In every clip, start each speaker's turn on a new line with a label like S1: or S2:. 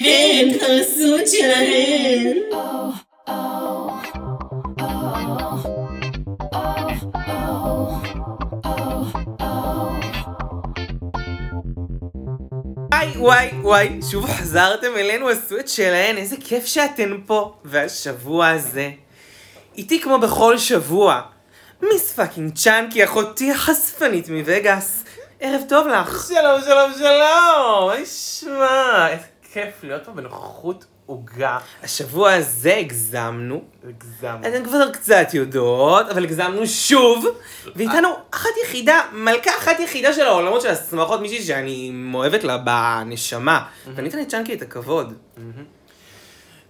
S1: הן הזוג שלהן.
S2: וואי וואי וואי, שוב חזרתם אלינו עשו את שלהן, איזה כיף שאתן פה. והשבוע הזה, איתי כמו בכל שבוע, מיס פאקינג צ'אנקי, אחותי החשפנית מווגאס. ערב טוב לך.
S3: שלום, שלום, שלום! מה נשמע? איזה כיף להיות פה בנוכחות עוגה.
S2: השבוע הזה הגזמנו,
S3: הגזמנו.
S4: אה,
S2: אתן כבר קצת יודעות, אבל הגזמנו שוב, ואיתנו אחת יחידה, מלכה אחת יחידה של העולמות של השמחות, מישהי שאני מאוהבת לה בנשמה. ואני אתן לצ'אנקי את הכבוד.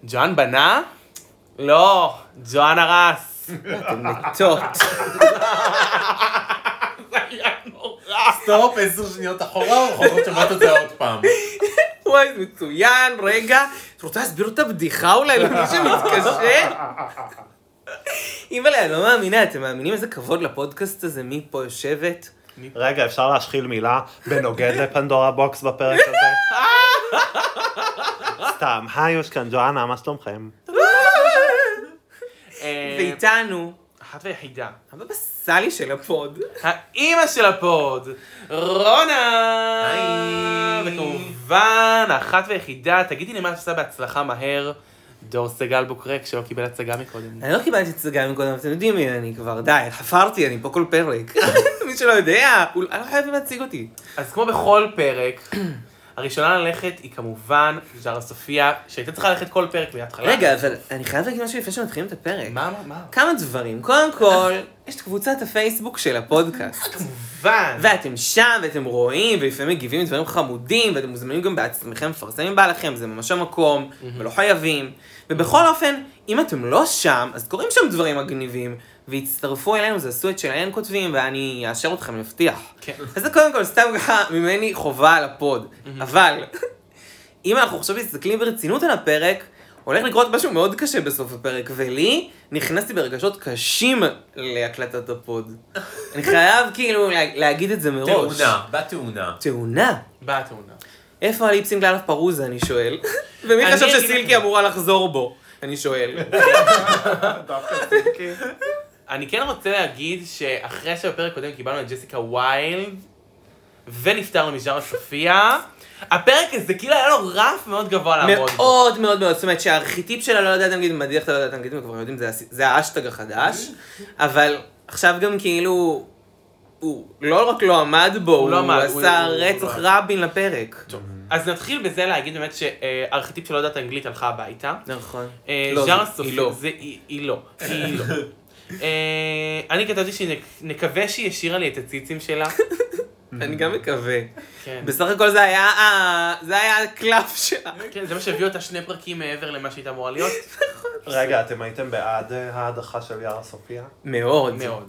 S3: ג'ואן בנה? לא, ג'ואן הרס.
S2: אתן מתות. אה,
S4: סטופ עשר שניות אחורה, אנחנו יכולות שמעת את זה עוד פעם.
S2: וואי, זה מצוין, רגע. את רוצה להסביר את הבדיחה אולי למי שמתקשר? אימא'לה, אני לא מאמינה, אתם מאמינים איזה כבוד לפודקאסט הזה, מי פה יושבת?
S5: רגע, אפשר להשחיל מילה בנוגד לפנדורה בוקס בפרק הזה? סתם, היוש כאן ג'ואנה, מה שלומכם?
S3: אה,
S2: ואיתנו,
S3: אחת ויחידה.
S2: הבבא סאלי של הפוד.
S3: האימא של הפוד, רונה!
S2: היי.
S3: וכמובן, האחת ויחידה, תגידי לי מה את עושה בהצלחה מהר, דור סגל בוקרק שלא קיבל הצגה מקודם.
S2: אני לא קיבלתי הצגה מקודם, אתם יודעים מי אני כבר, די, חפרתי, אני פה כל פרק. מי שלא יודע, הוא- אני לא חייבים להציג אותי.
S3: אז כמו בכל פרק, הראשונה ללכת היא כמובן ז'ארה סופיה, שהייתה צריכה ללכת כל פרק מההתחלה.
S2: רגע, אבל אני חייב להגיד משהו לפני שמתחילים את הפרק.
S3: מה, מה, מה?
S2: כמה דברים. קודם כל, יש את קבוצת הפייסבוק של הפודקאסט.
S3: כמובן.
S2: ואתם שם, ואתם רואים, ולפעמים מגיבים לדברים חמודים, ואתם מוזמנים גם בעצמכם לפרסם אם בא לכם, זה ממש המקום, ולא חייבים. ובכל אופן, אם אתם לא שם, אז קורים שם דברים מגניבים, והצטרפו אלינו, זה עשו את שלהם כותבים, ואני אאשר אתכם, אני מבטיח.
S3: כן.
S2: אז זה קודם כל סתם ככה ממני חובה על הפוד. אבל, אם אנחנו עכשיו מסתכלים ברצינות על הפרק, הולך לקרות משהו מאוד קשה בסוף הפרק, ולי נכנסתי ברגשות קשים להקלטת הפוד. אני חייב כאילו לה, להגיד את זה מראש.
S4: תאונה, בתאונה.
S2: תאונה.
S3: באה התאונה.
S2: איפה הליפסינג לאלף פרוזה, אני שואל. ומי
S3: אני
S2: חשב
S3: אגיד
S2: שסילקי
S3: לכם.
S2: אמורה לחזור בו? אני שואל.
S3: אני כן רוצה להגיד שאחרי שבפרק קודם קיבלנו את ג'סיקה ויילד, ונפטרנו מז'ארה סופיה, הפרק הזה כאילו היה לו רף אה, מאוד גבוה לעמוד. בו.
S2: מאוד מאוד מאוד, זאת אומרת שהארכיטיפ שלה לא יודעת להגיד מדיח, אתה לא יודעת להגיד, כבר יודעים, זה הס- זה האשטג החדש, אבל עכשיו גם כאילו, הוא לא רק לא עמד בו,
S3: הוא לא
S2: הוא
S3: עמד, הוא-
S2: עשה
S3: הוא- הוא
S2: רצח
S3: לא-
S2: רבין לפרק.
S3: אז נתחיל בזה להגיד באמת שהארכיטיפ שלא יודעת אנגלית הלכה הביתה.
S2: נכון.
S3: אה,
S2: לא,
S3: ז'ארה
S2: זה-
S3: סופיה,
S2: היא לא.
S3: זה- היא היא לא, היא לא. אה, אני כתבתי שנקווה שהיא השאירה לי את הציצים שלה.
S2: אני גם מקווה.
S3: כן.
S2: בסך הכל זה היה ה- זה היה הקלף שלה.
S3: כן, זה מה שהביא אותה שני פרקים מעבר למה שהייתה אמורה להיות.
S5: רגע, אתם הייתם בעד אה, ההדחה של יארה סופיה?
S2: מאוד.
S3: מאוד.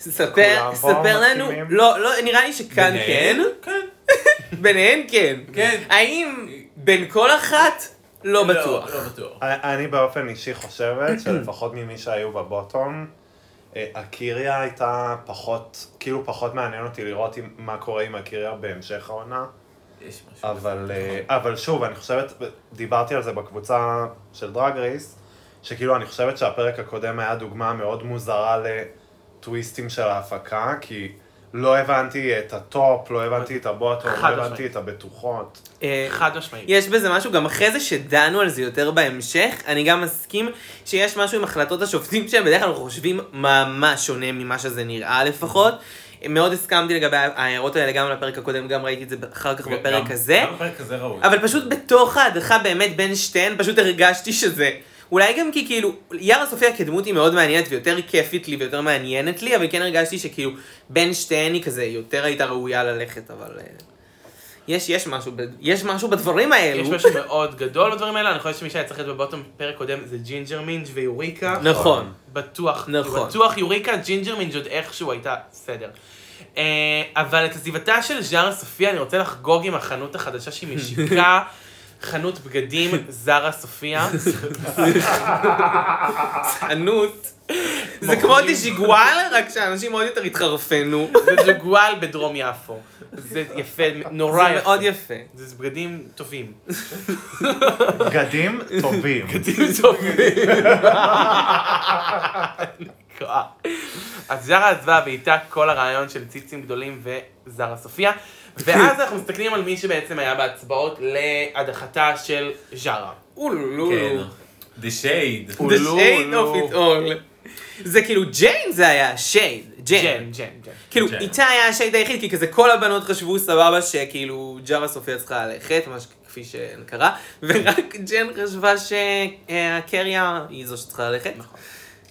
S2: ספר,
S5: כולם פה
S2: ספר לנו,
S5: מסכימים?
S2: לא, לא, נראה לי שכאן כן,
S4: ביניהן? כן.
S2: ביניהן כן.
S4: כן.
S2: האם בין כל אחת? לא בטוח.
S4: לא בטוח.
S5: אני אני באופן אישי חושבת שלפחות ממי שהיו בבוטום, אה, הקיריה הייתה פחות, כאילו פחות מעניין אותי לראות אם- מה קורה עם הקיריה בהמשך העונה.
S4: יש משהו.
S5: אבל, אה, אבל שוב, אני חושבת, דיברתי על זה בקבוצה של דרג רייס, שכאילו אני חושבת שהפרק הקודם היה דוגמה מאוד מוזרה לטוויסטים של ההפקה, כי לא הבנתי את הטופ, לא הבנתי את הבוטום, לא
S3: חד
S5: הבנתי
S3: משמעית.
S5: את הבטוחות.
S2: אה,
S3: חד משמעית.
S2: יש בזה משהו, גם אחרי זה שדנו על זה יותר בהמשך, אני גם מסכים שיש משהו עם החלטות השופטים שהם בדרך כלל חושבים ממש שונה ממה שזה נראה לפחות. מאוד הסכמתי לגבי ההערות האלה גם לפרק הקודם, גם ראיתי את זה אחר כך בפרק
S4: כן, גם-
S2: הזה.
S4: גם בפרק הזה ראוי.
S2: אבל פשוט בתוך ההדחה באמת בין שתיהן, פשוט הרגשתי שזה. אולי גם כי כאילו, יארה סופיה כדמות היא מאוד מעניינת ויותר כיפית לי ויותר מעניינת לי, אבל כן הרגשתי שכאילו בין שתיהן היא כזה יותר הייתה ראויה ללכת, אבל... אה, יש, יש משהו, ב- יש משהו בדברים האלו.
S3: יש משהו מאוד גדול בדברים האלה, אני חושב שמי שהיה צריך להיות בבוטום בפרק קודם זה ג'ינג'ר מינג' ויוריקה.
S2: נכון.
S3: בטוח,
S2: נכון.
S3: בטוח יוריקה, ג'ינג'ר מינג' עוד איכשהו הייתה, בסדר. אה, אבל את עזיבתה של ז'ארה סופיה אני רוצה לחגוג עם החנות החדשה שהיא משיקה, חנות בגדים זרה סופיה. נכון.
S2: חנות. זה כמו דז'יגואל, רק שאנשים עוד יותר התחרפנו.
S3: זה זוגואל בדרום יפו. זה יפה, נורא
S2: זה
S3: יפה.
S2: מאוד יפה.
S3: זה בגדים טובים.
S5: בגדים טובים.
S3: נקרא. אז זרה עזבה ואיתה כל הרעיון של ציצים גדולים וזרה סופיה. ואז אנחנו מסתכלים על מי שבעצם היה בהצבעות להדחתה של זרה.
S2: אולולולו.
S4: כן. The shade.
S2: The shade
S3: לא.
S2: of it all. זה כאילו ג'יין זה היה, שייד, ג'יין.
S3: ג'ן, ג'ן, ג'ן.
S2: כאילו,
S4: ג'יין.
S2: איתה היה השייד היחיד, כי כזה כל הבנות חשבו סבבה שכאילו ג'ארה סופיה צריכה ללכת, ממש כפי שקרה, ורק ג'ן חשבה שהקריה היא זו שצריכה ללכת.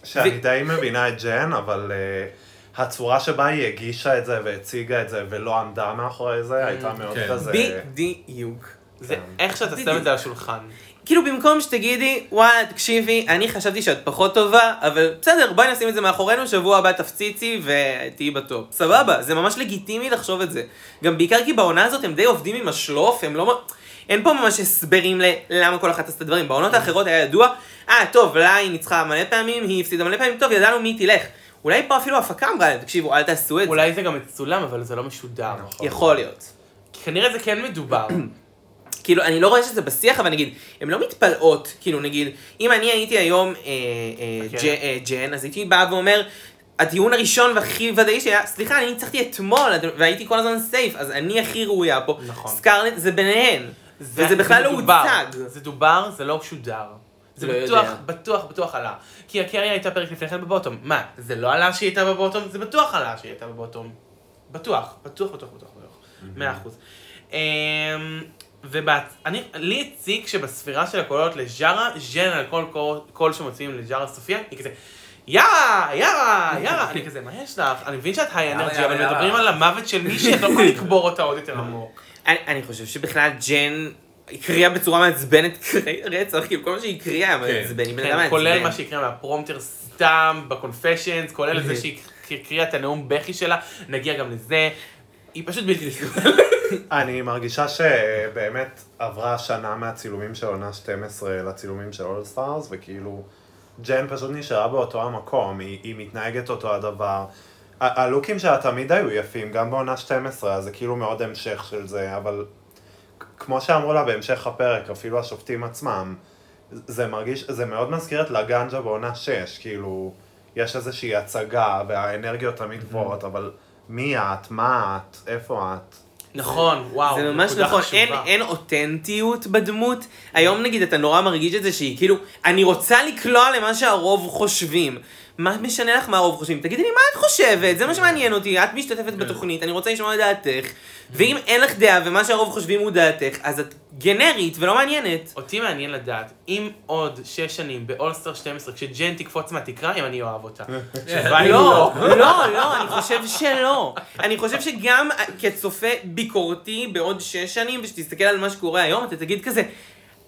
S5: שאני די מבינה את ג'ן, אבל אה, הצורה שבה היא הגישה את זה והציגה את זה ולא עמדה מאחורי זה, הייתה מאוד
S4: כן.
S5: כזה...
S2: בדיוק.
S3: זה איך שאתה שם את זה על השולחן.
S2: כאילו במקום שתגידי, וואלה, תקשיבי, אני חשבתי שאת פחות טובה, אבל בסדר, בואי נשים את זה מאחורינו, שבוע הבא תפציצי ותהיי בטופ. סבבה, זה ממש לגיטימי לחשוב את זה. גם בעיקר כי בעונה הזאת הם די עובדים עם השלוף, הם לא... מ- אין פה ממש הסברים ל- למה כל אחת עשתה דברים. בעונות האחרות היה ידוע, אה, טוב, לה היא ניצחה מלא פעמים, היא הפסידה מלא פעמים, טוב, ידענו מי תלך. אולי פה אפילו ההפקה אמרה להם, תקשיבו, אל תעשו את זה.
S3: אולי זה גם מצולם, אבל זה לא משודר.
S2: יכול להיות.
S3: כי כנראה זה כן מדובר.
S2: כאילו, אני לא רואה שזה בשיח, אבל נגיד, הן לא מתפלאות, כאילו, נגיד, אם אני הייתי היום אה, אה,
S3: כן.
S2: ג'- אה, ג'ן, אז הייתי באה ואומר, הטיעון הראשון והכי ודאי שהיה, סליחה, אני ניצחתי אתמול, אתם- והייתי כל הזמן סייף, אז אני הכי ראויה פה.
S3: נכון.
S2: סקרלט זה ביניהן. וזה בכלל לא
S3: מדובר.
S2: הוצג.
S3: זה דובר, זה לא שודר. זה
S2: לא
S3: בטוח,
S2: יודע.
S3: בטוח, בטוח עלה. כי הקריה הייתה פרק לפני כן בבוטום. מה, זה לא עלה שהיא הייתה בבוטום? זה בטוח עלה שהיא הייתה בבוטום. בטוח, בטוח, בטוח, בטוח, בטוח. מאה אחוז. ואני, לי הציג שבספירה של הקולות לז'ארה, ז'ן על כל קול- קול שמוציאים לז'ארה סופיה, היא כזה, יארה, יארה, יארה, אני כזה, מה יש לך? אני מבין שאת היי
S4: יאללה,
S3: אנרג'י,
S4: יאללה,
S3: אבל
S4: יאללה.
S3: מדברים על המוות של מישהי, את לא יכולה לקבור אותה עוד יותר עמוק.
S2: אני, אני חושב שבכלל ג'ן הקריאה בצורה מעצבנת קרי- רצח, כאילו, כל מה שהיא הקריאה היה
S4: כן.
S2: מעצבן, היא בן אדם
S3: כן,
S2: מעצבן.
S3: כולל מה שהקריאה מהפרומטר סתם, בקונפשיינס, כולל
S2: Mhm.
S3: זה שהיא הקריאה את הנאום בכי שלה, נגיע גם לזה. היא פשוט בלתי נסבלת.
S5: אני מרגישה שבאמת עברה שנה מהצילומים של עונה 12 לצילומים של אול סטארס, וכאילו ג'ן פשוט נשארה באותו המקום, היא, היא מתנהגת אותו הדבר. ה- הלוקים שלה תמיד היו יפים, גם בעונה 12, אז זה כאילו מאוד המשך של זה, אבל כ- כמו שאמרו לה בהמשך הפרק, אפילו השופטים עצמם, זה מרגיש, זה מאוד מזכיר את לגנג'ה בעונה 6, כאילו, יש איזושהי הצגה, והאנרגיות תמיד גבוהות, אבל מי את? מה את? איפה את?
S3: נכון, וואו,
S2: זה ממש
S3: נקודה
S2: נכון,
S3: חשובה.
S2: אין, אין אותנטיות בדמות. היום נגיד אתה נורא מרגיש את זה שהיא כאילו, אני רוצה לקלוע למה שהרוב חושבים. מה משנה לך מה הרוב חושבים? תגידי לי מה את חושבת, זה מה שמעניין אותי, את משתתפת
S3: כן.
S2: בתוכנית, אני רוצה לשמוע את דעתך. ואם אין לך דעה ומה שהרוב חושבים הוא דעתך, אז את גנרית ולא מעניינת.
S3: אותי מעניין לדעת, אם עוד שש שנים באולסטר 12, כשג'ן תקפוץ מהתקרה, אם אני אוהב אותה. התשובה היא
S2: לא, לא, לא, אני חושב שלא. אני חושב שגם כצופה ביקורתי בעוד שש שנים, ושתסתכל על מה שקורה היום, אתה תגיד כזה,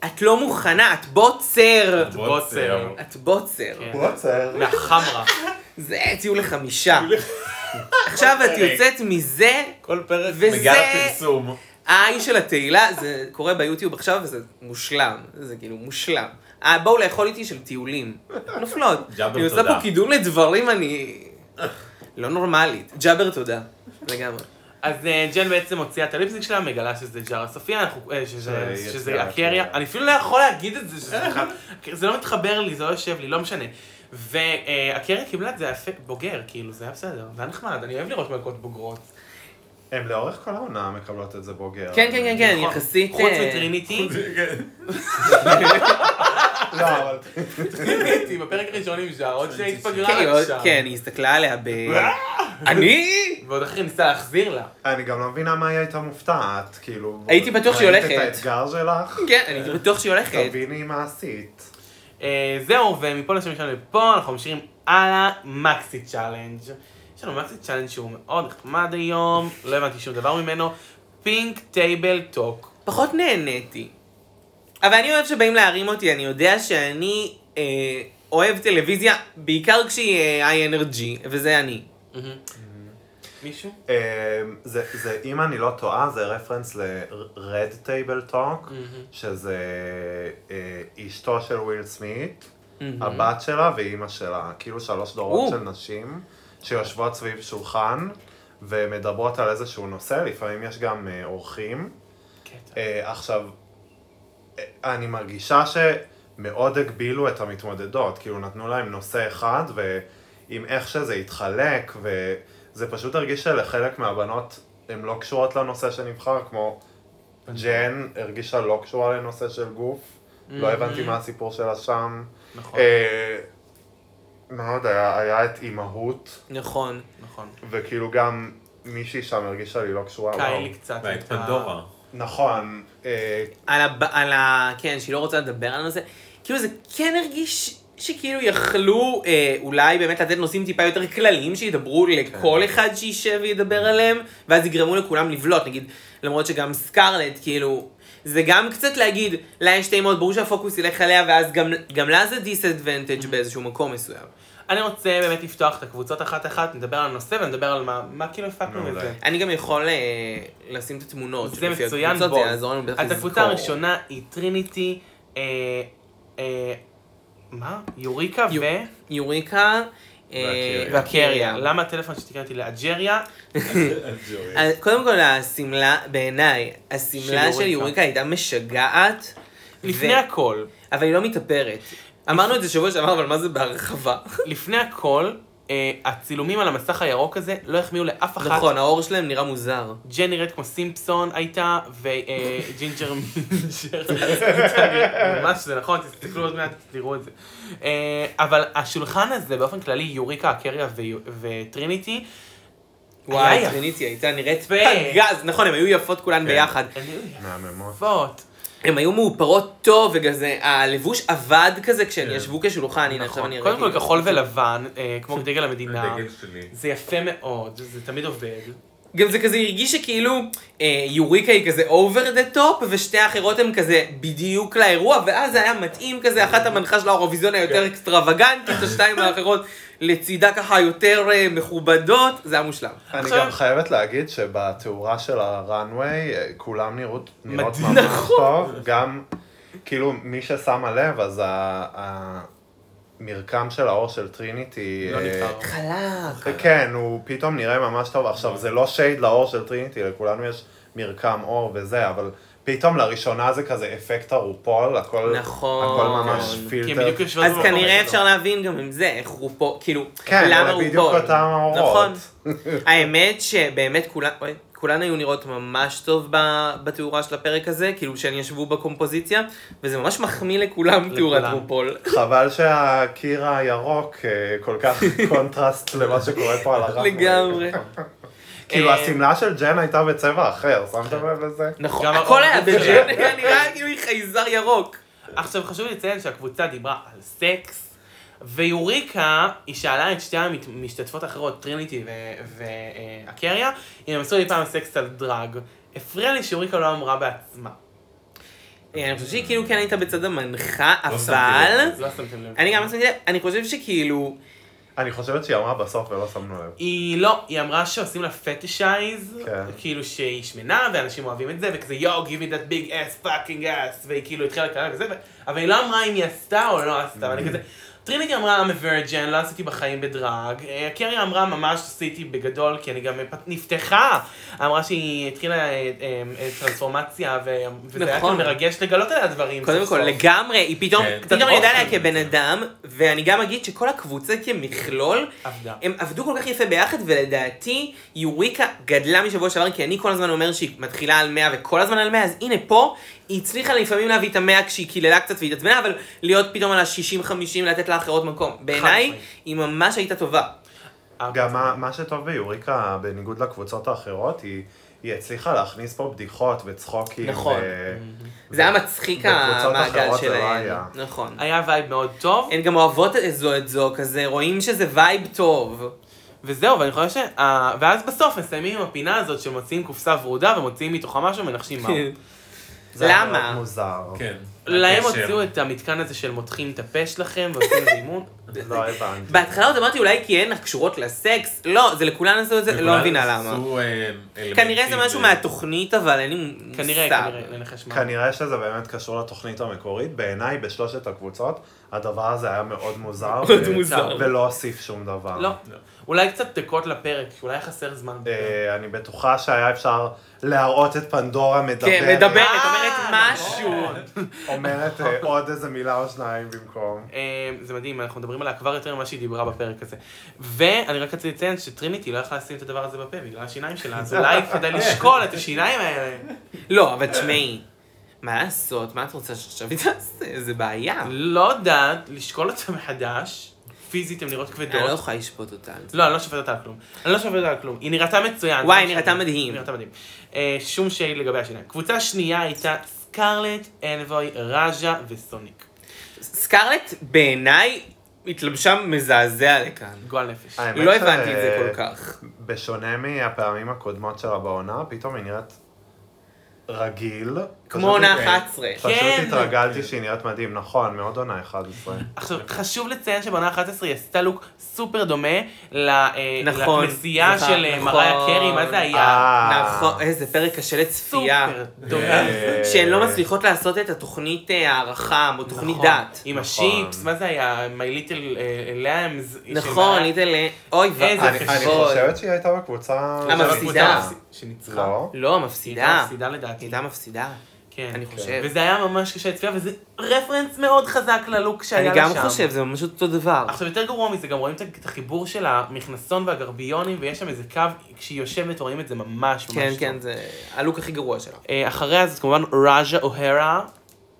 S2: את לא מוכנה, את בוצר.
S3: בוצר.
S2: את בוצר.
S3: כן.
S5: בוצר.
S3: מהחמרה.
S2: זה ציור לחמישה. עכשיו את יוצאת מזה,
S4: אוקיי. כל פרק
S2: וזה-
S4: מגיע לפרסום.
S2: העין של התהילה, זה קורה ביוטיוב עכשיו וזה מושלם. זה כאילו מושלם. אה, בואו לאכול איתי של טיולים. נופלות.
S4: ג'אבר,
S2: אני עושה
S4: תודה.
S2: פה קידום לדברים, אני... לא נורמלית. ג'אבר תודה. לגמרי.
S3: אז אה, ג'ן בעצם הוציאה את הליפסינג שלה, מגלה שזה ג'ארה סופיה, אנחנו- אה, שזה-
S5: שהיא
S3: שזה
S5: יציאה
S3: הקריה.
S5: שלה.
S3: אני אפילו לא יכול להגיד את זה, שזה ככה- זה לא מתחבר לי, זה לא יושב לי, לא משנה. והקריה קיבלה את זה יפה, בוגר, כאילו, זה היה בסדר, זה היה נחמד, אני אוהב לראות מלכות בוגרות.
S5: הן לאורך כל העונה מקבלות את זה בוגר.
S2: כן, כן, כן, כן,
S3: נכון.
S2: יחסית...
S3: חוץ
S2: אה,
S3: מטריניטי,
S5: לא, אבל...
S3: טריניטי בפרק הראשון עם ז'אר, עוד
S4: טריניטי
S2: כן, היא
S3: שהתפגרה
S2: עוד-
S3: עכשיו.
S2: כן, היא הסתכלה עליה ב... אני?
S3: ועוד אחרי ניסה להחזיר לה.
S5: אני גם לא מבינה מה היא הייתה מופתעת, כאילו...
S2: הייתי בטוח שהיא
S5: ראית
S2: הולכת.
S5: את האתגר שלך?
S2: כן, אני הייתי בטוח שהיא הולכת.
S5: תביני מה עשית.
S3: אה, זהו, ומפה לשם שלנו לפה, אנחנו ממשיכים הלאה, מקסי צ'אלנג'. יש לנו מקסי צ'אלנג' שהוא מאוד נחמד היום, לא הבנתי שום דבר ממנו. פינק טייבל טוק.
S2: פחות נהניתי. אבל אני אוהב שבאים להרים אותי, אני יודע שאני אה, אוהב טלוויזיה, בעיקר כשהיא היי אנרג'י, וזה אני.
S3: מישהו?
S5: אמ, זה, זה, אם אני לא טועה, זה רפרנס ל-Red Table Talk, שזה אה, אשתו של וויל סמית, הבת שלה ואימא שלה, כאילו שלוש דורות
S2: או.
S5: של נשים שיושבות סביב שולחן ומדברות על איזשהו נושא, לפעמים יש גם אה, אורחים.
S3: קטע.
S5: אה, עכשיו, אה, אני מרגישה שמאוד הגבילו את המתמודדות, כאילו נתנו להם נושא אחד, ועם איך שזה התחלק, וזה פשוט הרגיש שלחלק מהבנות הן לא קשורות לנושא שנבחר, כמו
S3: נכון.
S5: ג'ן הרגישה לא קשורה לנושא של גוף, לא הבנתי מה הסיפור שלה שם.
S3: Mm-hmm. נכון,
S5: אה, מה עוד היה? היה את אימהות,
S2: נכון.
S3: נכון.
S5: וכאילו גם מישהי שם הרגישה לי לא קשורה.
S3: קיילי
S5: וואו.
S3: קצת...
S4: והיית
S3: הייתה-
S4: פנדורה.
S5: נכון, אה,
S2: על, הב... על ה... כן, שהיא לא רוצה לדבר על הנושא. כאילו זה כן הרגיש שכאילו יכלו אה, אולי באמת לתת נושאים טיפה יותר כלליים שידברו
S3: כן.
S2: לכל אחד שישב וידבר עליהם, ואז יגרמו לכולם לבלוט, נגיד, למרות שגם סקרלט, כאילו, זה גם קצת להגיד, לה יש שתי אימהות, ברור שהפוקוס ילך עליה, ואז גם, גם לה זה
S3: Mm-hmm.
S2: דיסאדוונטג' באיזשהו מקום מסוים.
S3: אני רוצה באמת לפתוח את הקבוצות אחת-אחת, נדבר על הנושא ונדבר על מה- מה כאילו הפקנו
S5: מעולה.
S3: מזה.
S2: אני גם יכול אה, לשים את התמונות.
S3: זה
S2: שלפי
S3: מצוין
S2: הקבוצות,
S3: בו.
S2: זה יעזור לנו בטח
S3: אז
S2: לזכור.
S3: הקבוצה הראשונה היא טריניטי, אה, אה, מה? יוריקה
S2: יו-
S3: ו...
S2: יוריקה אה,
S5: והקריה.
S2: והקריה.
S3: למה הטלפון שתיקנתי לאג'ריה?
S2: אז קודם כל, השמלה, בעיניי, השמלה
S3: של
S2: של
S3: יוריקה.
S2: יוריקה הייתה משגעת,
S3: לפני הכל,
S2: אבל היא לא מתאפרת. אמרנו את זה שבוע שעבר, אבל מה זה בהרחבה?
S3: לפני הכל, אה, הצילומים על המסך הירוק הזה לא החמיאו לאף אחת.
S2: נכון, העור שלהם נראה מוזר.
S3: ג'ן נראית כמו סימפסון הייתה, אה, וג'ינג'ר מינג'ר. הייתה, ממש זה נכון, תסתכלו עוד מעט, תראו את זה. אה, אבל השולחן הזה, באופן כללי, יוריקה, הקריה ויו- וטריניטי,
S2: וואי,
S3: יפה.
S2: טריניטי הייתה נראית
S3: יפה. כן.
S2: פגז, נכון, הן היו יפות כולן ביחד.
S3: הן היו
S5: מהממות.
S3: יפות.
S2: הן היו מאופרות טוב, וכזה, הלבוש עבד כזה כשהן ישבו כשולחן, הנה עכשיו
S3: כן. נכון.
S2: אני הראיתי.
S3: קודם כל כחול ולבן, אה, כמו דגל המדינה.
S4: הדגל שלי.
S3: זה יפה מאוד, זה תמיד עובד.
S2: גם זה כזה הרגיש שכאילו אה, יוריקה היא כזה over the top ושתי האחרות הן כזה בדיוק לאירוע ואז זה היה מתאים כזה אחת המנחה של האירוויזיון
S5: כן.
S2: היותר אקסטרווגנטית השתיים האחרות לצידה ככה יותר אה, מכובדות זה היה מושלם.
S5: אני
S3: עכשיו-
S5: גם חייבת להגיד שבתאורה של הראנוויי, אה, כולם נראות, נראות
S3: מדהים.
S5: ממש טוב. גם, כאילו, מי ששמה לב, אז ה- ה- המרקם של האור של טריניטי...
S3: לא
S5: אה,
S3: נבחר.
S2: חלק.
S5: כן, הוא פתאום נראה ממש טוב. עכשיו, זה לא שייד לאור של טריניטי, לכולנו יש מרקם אור וזה, אבל פתאום לראשונה זה כזה אפקט הרופול, הכל
S2: נכון.
S5: הכל ממש
S3: כי הן
S5: פילטר.
S3: בדיוק יושבות לא,
S2: אז
S3: במקום
S2: כנראה
S3: הזה.
S2: אפשר להבין גם עם זה איך רופו, כאילו,
S5: כן,
S2: למה
S5: אלה
S2: רופו.
S5: בדיוק אותם האורות.
S2: נכון. האמת שבאמת כולן, אוי, כולן היו נראות ממש טוב ב- בתאורה של הפרק הזה, כאילו שהן ישבו בקומפוזיציה, וזה ממש מחמיא לכולם כאילו, תאורת
S3: לכולם.
S2: רופול.
S5: חבל שהקיר הירוק אה, כל כך קונטרסט למה שקורה פה על הרמבו.
S2: לגמרי.
S5: כאילו
S3: אה,
S5: השמלה של ג'ן הייתה בצבע אחר, שמת לב לזה?
S2: נכון,
S3: גם
S2: הכל היה
S3: האורות
S2: בג'ן, היה נראה כאילו היא חייזר ירוק.
S3: עכשיו חשוב לי לציין שהקבוצה דיברה על סקס, ויוריקה, היא שאלה את שתי המשתתפות האחרות, טריניטי והקריה, אם הם עשו לי פעם סקס על דרג. הפריע לי שיוריקה לא אמרה בעצמה. אה,
S2: אני חושב שהיא כאילו כן הייתה בצד המנחה,
S4: לא שמתי
S2: אבל...
S4: לב.
S3: אז לא שמתם לב.
S2: אני גם לא שמתי לב, אני חושב שכאילו,
S5: אני חושבת שהיא אמרה בסוף ולא שמנו לב.
S3: היא לא, היא אמרה שעושים לה פטישייז,
S5: כן.
S3: כאילו שהיא שמנה, ואנשים אוהבים את זה, וכזה יואו, give me that big ass fucking ass, והיא כאילו התחילה לקלל וזה, ו- אבל היא לא אמרה אם היא עשתה או לא עשתה,
S5: Mm-hmm.
S3: ואני כזה, טריניטי אמרה I'm a virgin, לא עשיתי בחיים בדרג, אה, קרי אמרה ממש עשיתי בגדול, כי אני גם פת- נפתחה, אמרה שהיא התחילה אה, אה, אה, טרנספורמציה, ו- וזה היה
S2: נכון.
S3: כאילו מרגש לגלות עליה דברים.
S2: קודם
S3: סוף
S2: כל,
S3: סוף.
S2: לגמרי, היא פתאום,
S4: כן.
S2: פתאום אוקיי. אני יודע עליה
S4: אוכל.
S2: כבן אדם, ואני גם אגיד שכל הקבוצה כמכלול,
S3: עבדה.
S2: הם עבדו כל כך יפה ביחד, ולדעתי, יוריקה גדלה משבוע שעבר, כי אני כל הזמן אומר שהיא מתחילה על 100 וכל הזמן על 100, אז הנה פה, היא הצליחה לפעמים להביא את ה-100 כשהיא קיללה קצת והתעצבנה, אבל להיות פתאום על ה-60-50, לתת לאחרות מקום. בעיניי,
S3: משמעית.
S2: היא ממש הייתה טובה.
S5: גם מה- מה שטוב ביוריקה, בניגוד לקבוצות האחרות, היא... היא הצליחה להכניס פה בדיחות וצחוקים.
S2: נכון.
S5: ו-
S2: זה היה מצחיק
S5: בקבוצות
S2: המעגל
S5: אחרות זה לא
S2: שלהם.
S5: היה.
S2: נכון.
S3: היה וייב מאוד טוב.
S2: הן גם אוהבות את זו את זו כזה, רואים שזה וייב טוב.
S3: וזהו, ואני חושב ש... אה, ואז בסוף מסיימים עם הפינה הזאת
S5: כן.
S3: שמוציאים קופסה ורודה ומוציאים מתוכה משהו ומנחשים מה. הוא.
S5: זה היה
S2: למה?
S5: מאוד מוזר.
S4: כן.
S3: להם
S4: הקשר.
S3: הוציאו את המתקן הזה של מותחים את הפה שלכם ועושים איזה אימון.
S5: לא הבנתי.
S2: בהתחלה עוד אמרתי אולי כי הן קשורות לסקס, לא, זה לכולן עשו את זה, לא מבינה למה.
S4: עשו, אה, אלמנטים אה,
S2: כנראה זה משהו
S4: ב-
S2: מהתוכנית, אבל אין לי מושג.
S3: כנראה, כנראה, ננחש מה.
S5: כנראה שזה באמת קשור לתוכנית המקורית. בעיניי, בשלושת הקבוצות, הדבר הזה היה מאוד מוזר.
S2: מאוד
S5: ו-
S2: מוזר.
S5: ולא הוסיף שום דבר.
S3: לא. אולי קצת דקות לפרק, שאולי היה חסר זמן.
S5: אה, אני בטוחה שהיה אפשר להראות את פנדורה מדברת.
S2: כן, מדברת, אומרת
S3: אה,
S2: משהו.
S5: אומרת אה, עוד איזה מילה או שניים במקום.
S3: אה, זה מדהים, אנחנו מדברים עליה כבר יותר ממה שהיא דיברה בפרק הזה. ואני רק רציתי לציין שטריניטי לא יכלה לשים את הדבר הזה בפה בגלל השיניים שלה, אז אולי כדאי לשקול את השיניים האלה.
S2: לא, אבל תשמעי, מה לעשות? מה את רוצה שעכשיו היא תעשה? זה בעיה.
S5: אה.
S2: אני
S3: לא יודעת לשקול אותה מחדש, פיזית הן נראות
S2: לא
S3: כבדות.
S2: יכולה לשפוט אותה על זה.
S3: לא, אני לא שופט אותה על כלום. אני לא שופט אותה על כלום. היא נראתה
S2: וואי,
S3: מצוין. זה מה
S2: היא
S3: שאני-
S2: נראתה מדהים.
S3: היא נראתה מדהים. אה, שום שייד לגבי השיניים. קבוצה שנייה הייתה סקרלט, אנבוי, ראז'ה וסוניק.
S2: סקרלט בעיניי התלבשה מזעזע לכאן.
S3: גועל נפש.
S5: האמת
S2: לא
S5: ש- אה,
S2: הבנתי את זה כל כך.
S5: בשונה מהפעמים הקודמות שלה בעונה, פתאום היא נראית רגיל.
S2: כמו עונה
S5: פשוט- אה,
S2: 11.
S5: פשוט
S3: כן.
S5: התרגלתי שהיא נראית מדהים, נכון, מאוד עונה 11.
S3: עכשיו, חשוב לציין שבעונה 11 היא עשתה לוק סופר דומה ל- אה,
S2: נכון,
S3: לכנסייה
S2: נכון,
S3: של אה, מריה
S2: נכון.
S3: קרי, מה זה היה?
S5: אה.
S2: נכון, איזה פרק קשה לצפייה.
S3: סופר דומה.
S5: אה,
S2: שהן לא מצליחות לעשות את התוכנית אה, הערכה או תוכנית
S3: נכון,
S2: דת.
S3: עם
S5: נכון.
S3: השיפס, מה זה היה? My Little אה, Lambs. של
S2: נכון,
S3: מריה-
S2: ניתן ל... אוי
S3: איזה
S5: אה, אני אני
S2: ואבוי.
S5: חושבת שהיא הייתה בקבוצה...
S2: נכון. המפסידה.
S3: שניצחה.
S5: לא.
S2: לא,
S3: היא הייתה
S2: המפסידה.
S3: מפסידה לדעתי.
S2: הייתה מפסידה.
S3: כן.
S2: אני חושב.
S3: וזה היה ממש קשה לצפייה, וזה רפרנס מאוד חזק ללוק שהיה
S2: אני
S3: לה שם.
S2: גם חושב, זה ממש אותו דבר.
S3: עכשיו, יותר גרוע מזה, גם רואים את את החיבור של המכנסון והגרביונים, ויש שם איזה קו, כשהיא יושבת רואים את זה ממש ממש
S2: כן,
S3: טוב.
S2: כן, זה הלוק הכי גרוע שלה.
S3: אה, אחריה זאת כמובן ראז'ה אוהרה,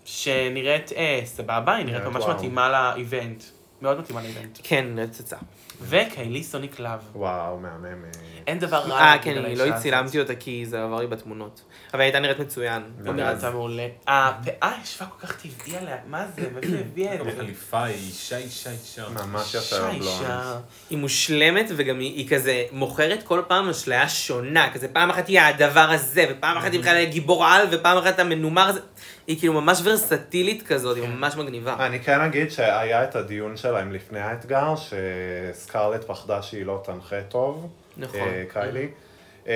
S3: שנראית אה, סבבה, היא נראית
S5: נראית
S3: ממש
S5: וואו.
S3: מתאימה לאיבנט. מאוד מתאימה לאיבנט.
S2: כן, נראית פצצה.
S3: וקיילי סוניק לאב.
S5: וואו, מהממת.
S3: אין דבר רע.
S2: אה,
S3: להגיד
S2: כן,
S3: על
S2: אני
S3: האישה
S2: לא
S3: הזאת.
S2: צילמתי אותה כי זה עבר לי בתמונות. אבל היא הייתה נראית מצוין. אוקיי,
S3: היא נראתה מעולה. הפאה ישבה כל כך טבעי עליה, מה זה? מאיפה היא הביאה את
S4: גם
S3: זה?
S4: החליפה היא אישה, אישה, אישה.
S5: ממש יפה,
S3: אישה,
S5: בלונד.
S3: אישה.
S2: היא מושלמת וגם היא, היא כזה מוכרת כל פעם אשליה שונה. כזה פעם אחת היא הדבר הזה, ופעם אחת
S3: Mm-hmm.
S2: היא בכלל גיבור על, ופעם אחת המנומר הזה. היא כאילו ממש ורסטילית כזאת, היא ממש מגניבה.
S5: אני כן אגיד שהיה את הדיון שלהם לפני האתגר, שסקרלט פחדה שהיא לא תנחה טוב.
S2: נכון.
S5: אה, קיילי. אה,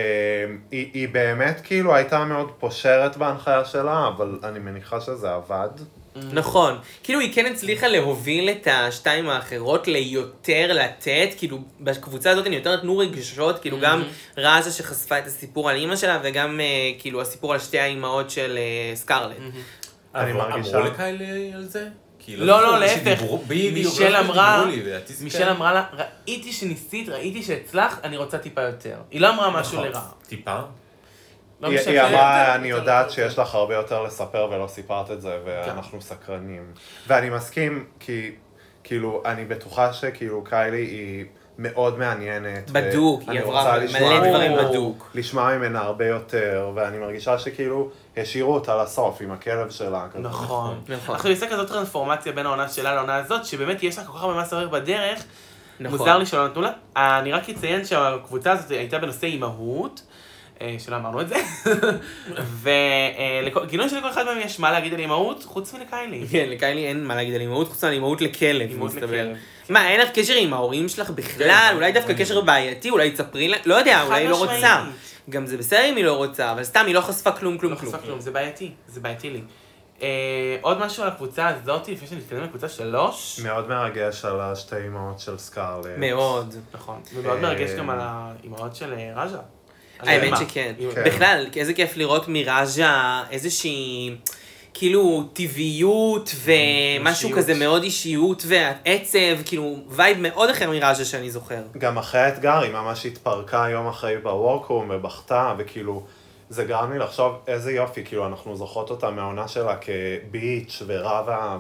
S5: היא היא באמת כאילו הייתה מאוד פושרת בהנחיה שלה, אבל אני מניחה שזה עבד.
S2: נכון. כאילו היא כן הצליחה להוביל את השתיים האחרות ליותר לתת, כאילו בקבוצה הזאת הן יותר נתנו רגשות, כאילו גם
S3: Mm-hmm.
S2: רז'ה שחשפה את הסיפור על אימא שלה, וגם אה, כאילו הסיפור על שתי האימהות של אה, סקרלט.
S3: Mm-hmm.
S5: אני
S4: אבל
S5: מרגישה-
S4: אמרו לקיילי על זה? כי
S3: לא, לא,
S4: זוכר שדיברו-
S3: להפך.
S4: בדיוק, לא
S3: מישל
S4: זוכר
S3: אמרה-
S4: שדיברו לי, לדעתי
S2: כן.
S4: זה
S3: מישל
S4: קיילי.
S3: אמרה לה, ראיתי שניסית, ראיתי שהצלחת, אני רוצה טיפה יותר. היא לא אמרה משהו
S4: נכון.
S3: לרע.
S4: טיפה?
S3: לא
S5: היא-
S3: משנה.
S5: היא אמרה,
S4: יותר-
S5: אני
S4: יותר-
S5: יודעת
S4: יותר-
S5: שיש לך הרבה יותר לספר ולא סיפרת את זה, ואנחנו סקרנים. ואני מסכים, כי כאילו, אני בטוחה שכאילו קיילי היא מאוד מעניינת.
S2: בדוק, היא
S5: ואני
S2: עברה
S5: רוצה
S2: מלא
S5: לשמוע
S2: דברים
S5: ממנה-
S2: בדוק.
S5: לשמוע ממנה הרבה יותר, ואני מרגישה שכאילו השאירו אותה לסוף עם הכלב שלה. כזה.
S3: נכון.
S2: נכון.
S3: עכשיו, היא עושה כזאת טרנספורמציה בין העונה שלה לעונה הזאת, שבאמת יש לה כל כך הרבה מה לשחק בדרך,
S2: נכון.
S3: מוזר לי שלא נתנו לה. אה, אני רק אציין שהקבוצה הזאת הייתה בנושא אימהות, אה, שלא אמרנו את זה, וגילוי שלכל אחד מהם כאילו, יש מה להגיד על אימהות, חוץ מלקיילי.
S2: כן, לקיילי אין מה להגיד על אימהות, חוץ מאלימות לכלב,
S3: אימהות כן,
S2: מסתבר.
S3: לכלב.
S2: מה, אין לך קשר עם ההורים שלך בכלל? אולי דווקא קשר בעייתי? אולי תספרי לה? לא יודע,
S3: נכון. חד
S2: אולי היא לא
S3: משמעית.
S2: רוצה. גם זה בסדר אם היא לא רוצה, אבל סתם, היא לא חשפה כלום,
S3: לא
S2: כלום, כלום.
S3: חשפה כלום, זה בעייתי, זה בעייתי לי. אה, עוד משהו על הקבוצה הזאת, לפני שנתקדם לקבוצה שלוש?
S5: מאוד מרגש על השתי אמהות של סקארלט.
S2: מאוד.
S3: נכון, ומאוד
S5: אה,
S3: מרגש גם על האימהות של אה, ראז'ה.
S2: האמת שכן.
S5: כן.
S2: בכלל, איזה כיף לראות מראז'ה איזושהי, כאילו, טבעיות ומשהו
S3: כן, אישיות.
S2: כזה מאוד אישיות ועצב, כאילו, וייב מאוד אחר מראז'ה שאני זוכר.
S5: גם אחרי האתגר, היא ממש התפרקה יום אחרי בוורקרום ובכתה, וכאילו, זה גרם לי לחשוב איזה יופי, כאילו, אנחנו זוכרות אותה מהעונה שלה כביץ' ורבה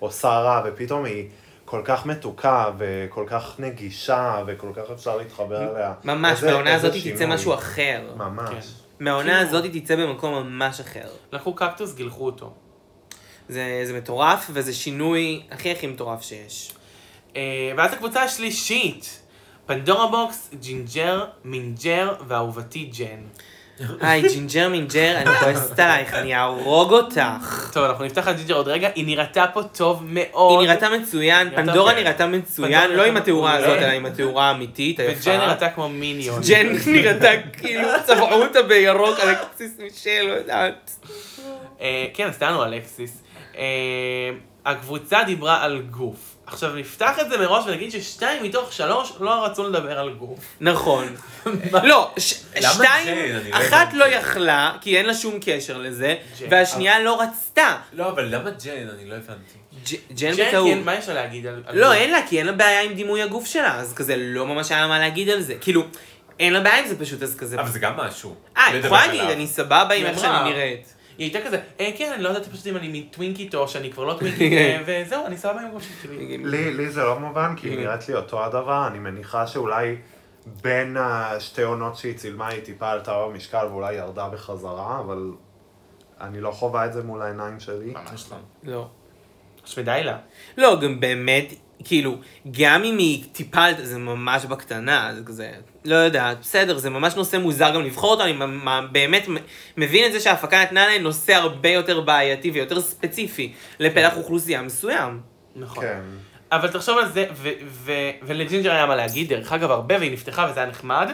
S5: ועושה רע, ופתאום היא כל כך מתוקה וכל כך נגישה, וכל כך אפשר להתחבר אליה.
S2: ממש,
S5: איזה-
S2: מהעונה
S5: איזה
S2: הזאת תצא
S5: שינוי.
S2: משהו אחר.
S3: כן.
S5: ממש.
S2: מהעונה
S3: כאילו-
S2: הזאת תצא במקום ממש אחר.
S3: לקחו קקטוס, גילחו אותו.
S2: זה, זה מטורף, וזה שינוי הכי הכי מטורף שיש.
S3: אה, ואז הקבוצה השלישית, פנדורה בוקס, ג'ינג'ר, מינג'ר ואהובתי ג'ן.
S2: היי, ג'ינג'ר מינג'ר, אני כועסת עלייך, אני אהרוג אותך.
S3: טוב, אנחנו נפתח את ג'ינג'ר עוד רגע, היא נראתה פה טוב מאוד.
S2: היא נראתה מצוין,
S3: נראתה
S2: פנדורה
S3: מצוין.
S2: נראתה מצוין,
S3: פנדורה
S2: לא עם
S3: נראתה
S2: התאורה
S3: מעולה.
S2: הזאת, אלא עם התאורה האמיתית, היפה.
S3: וג'ן נראתה כמו מיניון.
S2: ג'ן נראתה כאילו צבעו אותה בירוק על הקסיס מישל, לא יודעת.
S3: אה, כן, אז טענו אלקסיס. אה, הקבוצה דיברה על גוף. עכשיו נפתח את זה מראש ונגיד ששתיים מתוך שלוש לא רצו לדבר על גוף.
S2: נכון. לא, ש-
S4: למה
S2: שתיים,
S4: זה? אני לא
S2: אחת
S4: הבנתי.
S2: לא יכלה, כי אין לה שום קשר לזה,
S3: ג'ן.
S2: והשנייה לא רצתה.
S4: לא, אבל למה ג'יין? אני לא הבנתי.
S2: ג'- ג'ן
S3: ג'ן,
S2: בטעות.
S3: כן, מה יש לה להגיד על על
S2: לא,
S3: גוף?
S2: אין לה, כי אין לה בעיה עם דימוי הגוף שלה, אז כזה לא ממש היה לה מה להגיד על זה. כאילו, אין לה בעיה עם זה פשוט, אז כזה...
S4: אבל זה גם משהו.
S2: אה, אני
S4: לדבר
S2: יכולה
S4: עליו.
S2: להגיד, אני סבבה עם
S3: היא
S2: איך
S3: אמרה.
S2: שאני נראית.
S3: היא הייתה כזה, אה, כן, אני לא יודעת פשוט אם אני מטווינקית או שאני כבר לא טווינקית, אה, וזהו, אני סבבה עם הגוף שלי. כאילו.
S5: לי, לי זה לא מובן, כי היא
S2: כן.
S5: נראית לי אותו הדבר, אני מניחה שאולי בין השתי עונות שהיא צילמה היא טיפה עלתה במשקל ואולי ירדה בחזרה, אבל אני לא חווה את זה מול העיניים שלי.
S4: ממש לא.
S2: לא.
S3: שמדי לה.
S2: לא, גם באמת, כאילו, גם אם היא טיפלת, זה ממש בקטנה, זה כזה, לא יודעת, בסדר, זה ממש נושא מוזר גם לבחור אותו, אני מ- מ- באמת מ- מבין את זה שההפקה נתנה להם נושא הרבה יותר בעייתי ויותר ספציפי לפלח אוכלוסייה מסוים.
S3: נכון.
S5: כן.
S3: אבל תחשוב על זה, ו- ו- ולג'ינג'ר היה מה להגיד, דרך אגב, הרבה, והיא נפתחה וזה היה נחמד.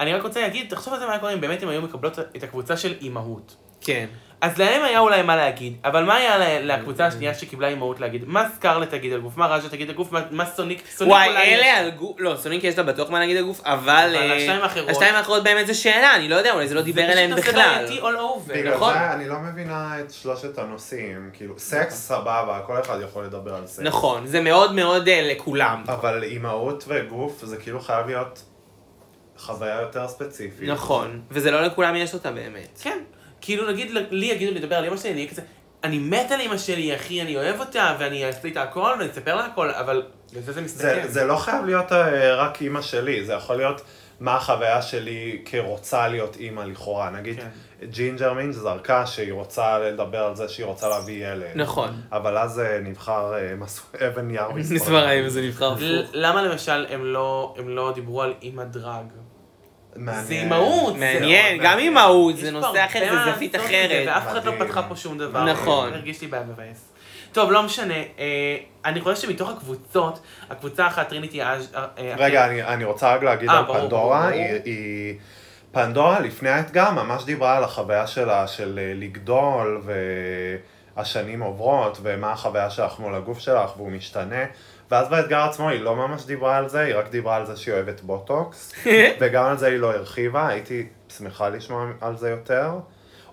S3: אני רק רוצה להגיד, תחשוב על זה מה היה קורה אם באמת הם היו מקבלות את הקבוצה של אימהות.
S2: כן.
S3: אז להם היה אולי מה להגיד, אבל מה היה לה- לקבוצה השנייה שקיבלה אימהות להגיד? מה סקארלט תגיד על גוף? מה רג'ה תגיד על גוף? מה- מה סוניק? סוניק
S2: וואי,
S3: אולי-
S2: אלה על גוף, לא, סוניק יש לה בטוח מה להגיד על גוף, אבל...
S3: אבל
S2: אה,
S3: השתיים האחרות-
S2: השתיים האחרות באמת זה שאלה, אני לא יודע, אולי זה לא דיבר אליהם
S3: זה פשוט נושא
S2: בכלל.
S3: בעייתי all over.
S5: בגלל
S2: נכון.
S5: זה אני לא מבינה את שלושת הנושאים, כאילו, סקס סבבה, כל אחד יכול לדבר על סקס.
S2: נכון, זה מאוד מאוד אה, לכולם.
S5: אבל אימהות וגוף זה כאילו חייב להיות חוויה יותר ספציפית.
S2: נכון, וזה לא לכולם יש אותה באמת.
S3: כן. כאילו נגיד, ל- לי יגידו לדבר על אמא שלי, אני אהיה כזה, אני מת על אמא שלי, אחי, אני אוהב אותה, ואני אעשה איתה הכל, ואני אספר לה הכל, אבל בזה זה
S5: זה,
S3: מסתכם.
S5: זה לא חייב להיות אה, רק אימא שלי, זה יכול להיות מה החוויה שלי כרוצה להיות אימא לכאורה. נגיד,
S3: כן.
S5: ג'ינג'ר מינג' זרקה שהיא רוצה לדבר על זה שהיא רוצה להביא ילד.
S2: נכון.
S5: אבל אז אה, נבחר אה, מסו- אבן נייר מספרים.
S2: מספריים זה נבחר
S3: ל-
S2: הפוך.
S3: למה למשל הם לא, הם לא דיברו על אימא דרג?
S5: מעניין.
S3: זה אימהות. זה-
S2: מעניין,
S5: זה-
S2: גם אימהות,
S3: יש
S2: זה
S3: פה
S2: נושא
S3: הרבה
S2: אחר,
S3: מה
S2: זה
S3: לעשות
S2: זווית
S3: עם זה,
S2: אחרת.
S3: ואף אחד לא
S5: מדהים.
S3: פתחה פה שום דבר.
S2: נכון.
S3: הרגיש לי בעיה מבאס. טוב, לא משנה. אה, אני חושב שמתוך הקבוצות, הקבוצה אחת, טריניטי אג'... אה, אה,
S5: רגע, אני, אני רוצה רק להגיד
S3: אה,
S5: על
S3: ברור,
S5: פנדורה,
S3: ברור, ברור.
S5: היא, היא... פנדורה לפני האתגר ממש דיברה על החוויה שלה של אה, לגדול והשנים עוברות ומה החוויה שלך מול הגוף שלך והוא משתנה. ואז באתגר עצמו היא לא ממש דיברה על זה, היא רק דיברה על זה שהיא אוהבת בוטוקס, וגם על זה היא לא הרחיבה, הייתי שמחה לשמוע על זה יותר.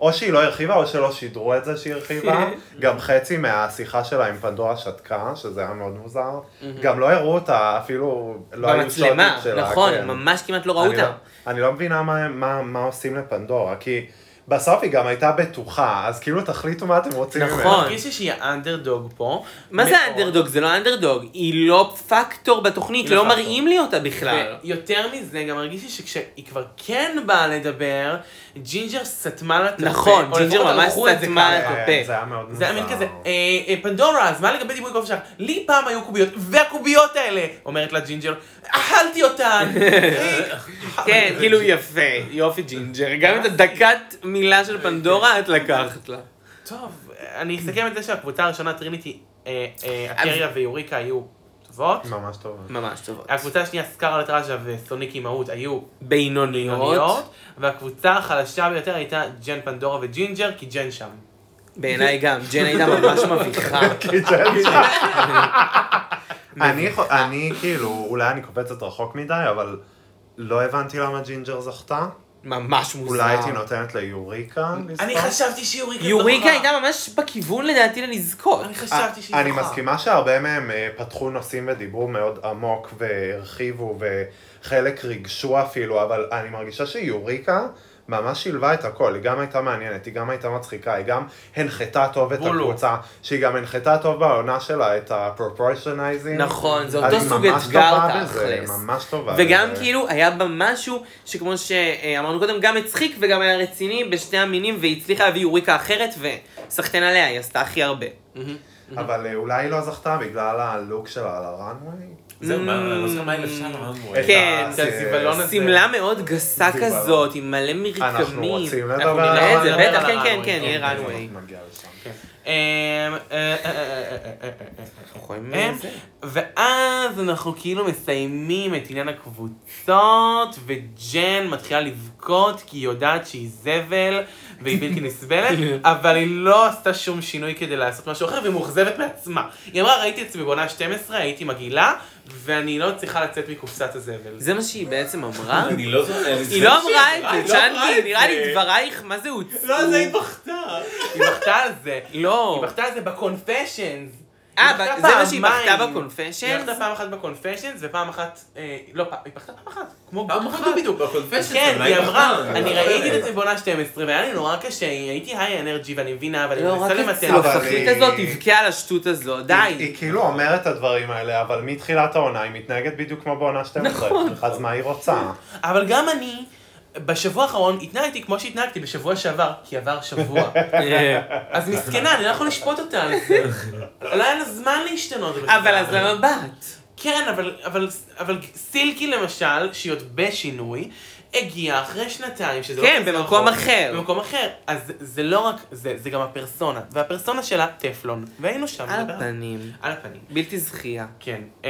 S5: או שהיא לא הרחיבה או שלא שידרו את זה שהיא הרחיבה. גם חצי מהשיחה שלה עם פנדורה שתקה, שזה היה מאוד מוזר. גם לא הראו אותה, אפילו לא היו שוטים
S2: במצלמה,
S5: שלה.
S2: נכון,
S5: כן.
S2: ממש כמעט לא ראו
S5: אני לא-
S2: אותה.
S5: אני לא מבינה מה- מה- מה עושים לפנדורה, כי בסוף היא גם הייתה בטוחה, אז כאילו תחליטו מה אתם רוצים ממנה.
S2: נכון.
S3: הרגיש לי שהיא האנדרדוג פה.
S2: מה
S3: מאוד.
S2: זה אנדרדוג? זה לא אנדרדוג, היא לא פקטור בתוכנית,
S3: היא לא
S2: לא
S3: פקטור.
S2: מראים לי אותה בכלל.
S3: ויותר מזה, גם הרגיש לי שכשהיא כבר כן באה לדבר, ג'ינג'ר סתמה לה את הפה.
S2: נכון,
S3: או
S2: ג'ינג'ר
S3: לפחות
S2: ממש
S3: ערכו את זה
S2: סתמה
S3: ככה.
S2: את
S5: אה,
S2: הפה.
S5: זה היה מאוד מוזר.
S3: זה היה מין כזה, אה, אה, פנדורה, אז מה לגבי דימוי גוף שלך? לי פעם היו קוביות, והקוביות האלה, אומרת לה ג'ינג'ר, אכלתי אותן. "אה,
S2: כן, כאילו יפה, יופי ג'ינג'ר. גם את הדקת מילה של פנדורה את לקחת לה.
S3: טוב, אני אסכם את זה שהקבוצה הראשונה, טריניטי, אה, אה, אקריה ויוריקה היו טובות.
S5: ממש טוב.
S2: ממש טובות.
S3: הקבוצה השנייה, סקארלט ראז'ה וסוניק אימהות, היו
S2: בינוניות,
S3: בינוניות. והקבוצה החלשה ביותר הייתה ג'ן פנדורה וג'ינג'ר, כי ג'ן שם.
S2: בעיניי גם, ג'ן הייתה ממש מביכה.
S5: אני חו- אני כאילו, אולי אני קופצת רחוק מדי, אבל לא הבנתי למה ג'ינג'ר זכתה.
S2: ממש מוזר.
S5: אולי הייתי נותנת ליוריקה לזכות.
S3: אני חשבתי שיוריקה זוכה.
S2: יוריקה הייתה ממש בכיוון לדעתי ללזכות.
S3: אני חשבתי שהיא
S5: אני
S3: זוכה.
S5: מסכימה שהרבה מהם אה, פתחו נושאים ודיברו מאוד עמוק והרחיבו וחלק ריגשו אפילו, אבל אני מרגישה שיוריקה ממש שילבה את הכל, היא גם הייתה מעניינת, היא גם הייתה מצחיקה, היא גם הנחתה טוב את
S3: בולו.
S5: הקבוצה, שהיא גם הנחתה טוב בעונה שלה את הפרופורציונאיזינג.
S2: נכון, זה אותו סוג אתגר תכלס.
S5: אני ממש טובה לא בזה, ממש טובה.
S2: וגם
S5: בזה.
S2: כאילו היה בה משהו שכמו שאמרנו קודם, גם הצחיק וגם היה רציני בשני המינים, והיא הצליחה להביא יוריקה אחרת, וסחטיין עליה, היא עשתה הכי הרבה.
S5: אבל אה, אולי היא לא זכתה בגלל הלוק שלה על הראנווי.
S4: זהו, מה, אני לא זוכר מה אלף שנה
S3: Mm.
S4: אמרנו.
S2: כן,
S5: את
S3: זה הזיוולון הזה.
S2: שמלה מאוד גסה
S5: זה
S2: כזאת, עם מלא מרקמים.
S5: אנחנו רוצים לדבר
S2: אנחנו
S5: על
S2: נראה את זה,
S5: runway.
S2: בטח, כן, כן,
S3: runway.
S2: כן, יהיה
S5: אנחנו
S2: runway.
S5: נגיע לשם.
S3: אמ, אה, אה, אה, אה, אה, אה, אה,
S2: אנחנו יכולים
S3: אה.
S2: זה.
S3: ואז אנחנו כאילו מסיימים את עניין הקבוצות, וג'ן מתחילה לבכות כי היא יודעת שהיא זבל והיא בלתי נסבלת, אבל היא לא עשתה שום שינוי כדי לעשות משהו אחר, והיא מאוכזבת מעצמה. היא אמרה, ראיתי את עצמי בעונה 12, הייתי מגעילה, ואני לא צריכה לצאת מקופסת הזבל.
S2: זה מה שהיא בעצם אמרה?
S4: אני לא זוכר.
S2: היא לא אמרה את זה,
S4: לא אמרה
S2: צ'אנקי,
S4: את
S2: נראה
S4: זה.
S2: לי דברייך, מה זה הוצאו?
S3: לא, זה היא בכתה. היא בכתה על זה. היא
S2: לא.
S3: בכתה על זה בקונפשיינס.
S2: אה,
S3: היא בכתה
S2: זה מה שהיא
S3: פעמיים.
S2: בכתה
S3: היא
S2: בקונפשן?
S3: בכתה פעם אחת בקונפשיינס ופעם אחת, אה, לא, פעם- היא בכתה פעם אחת, כמו
S4: פעם אחת בדיוק, בקונפשן.
S3: כן, היא אמרה, אני ראיתי את עצמי בעונה 12 והיה לי נורא קשה, הייתי היי אנרגי ואני מבינה, אבל אני
S2: לא,
S3: מנסה
S2: רק
S3: למתן.
S5: אבל-
S2: הצלופחית הזאת תבכה על השטות הזו,
S5: היא-
S2: די.
S5: היא כאילו אומרת את הדברים האלה, אבל מתחילת העונה היא מתנהגת בדיוק כמו בעונה 12. נכון. אז מה היא רוצה?
S3: אבל גם אני, בשבוע האחרון התנהגתי כמו שהתנהגתי בשבוע שעבר, כי עבר שבוע.
S2: אה,
S3: אז מסכנה, אני לא יכול לשפוט אותה על זה. לא היה לה זמן להשתנות. בכלל.
S2: אבל אז למה באת?
S3: כן, אבל, אבל, אבל סילקי למשל, שהיא עוד בשינוי, הגיעה אחרי שנתיים, שזה
S2: כן,
S3: כזה
S2: במקום
S3: רחוק,
S2: אחר.
S3: במקום אחר. אז זה- זה לא רק זה, זה גם הפרסונה. והפרסונה שלה, טפלון. והיינו שם.
S2: על
S3: נדבר.
S2: הפנים.
S3: על הפנים.
S2: בלתי זכייה.
S3: כן. אה,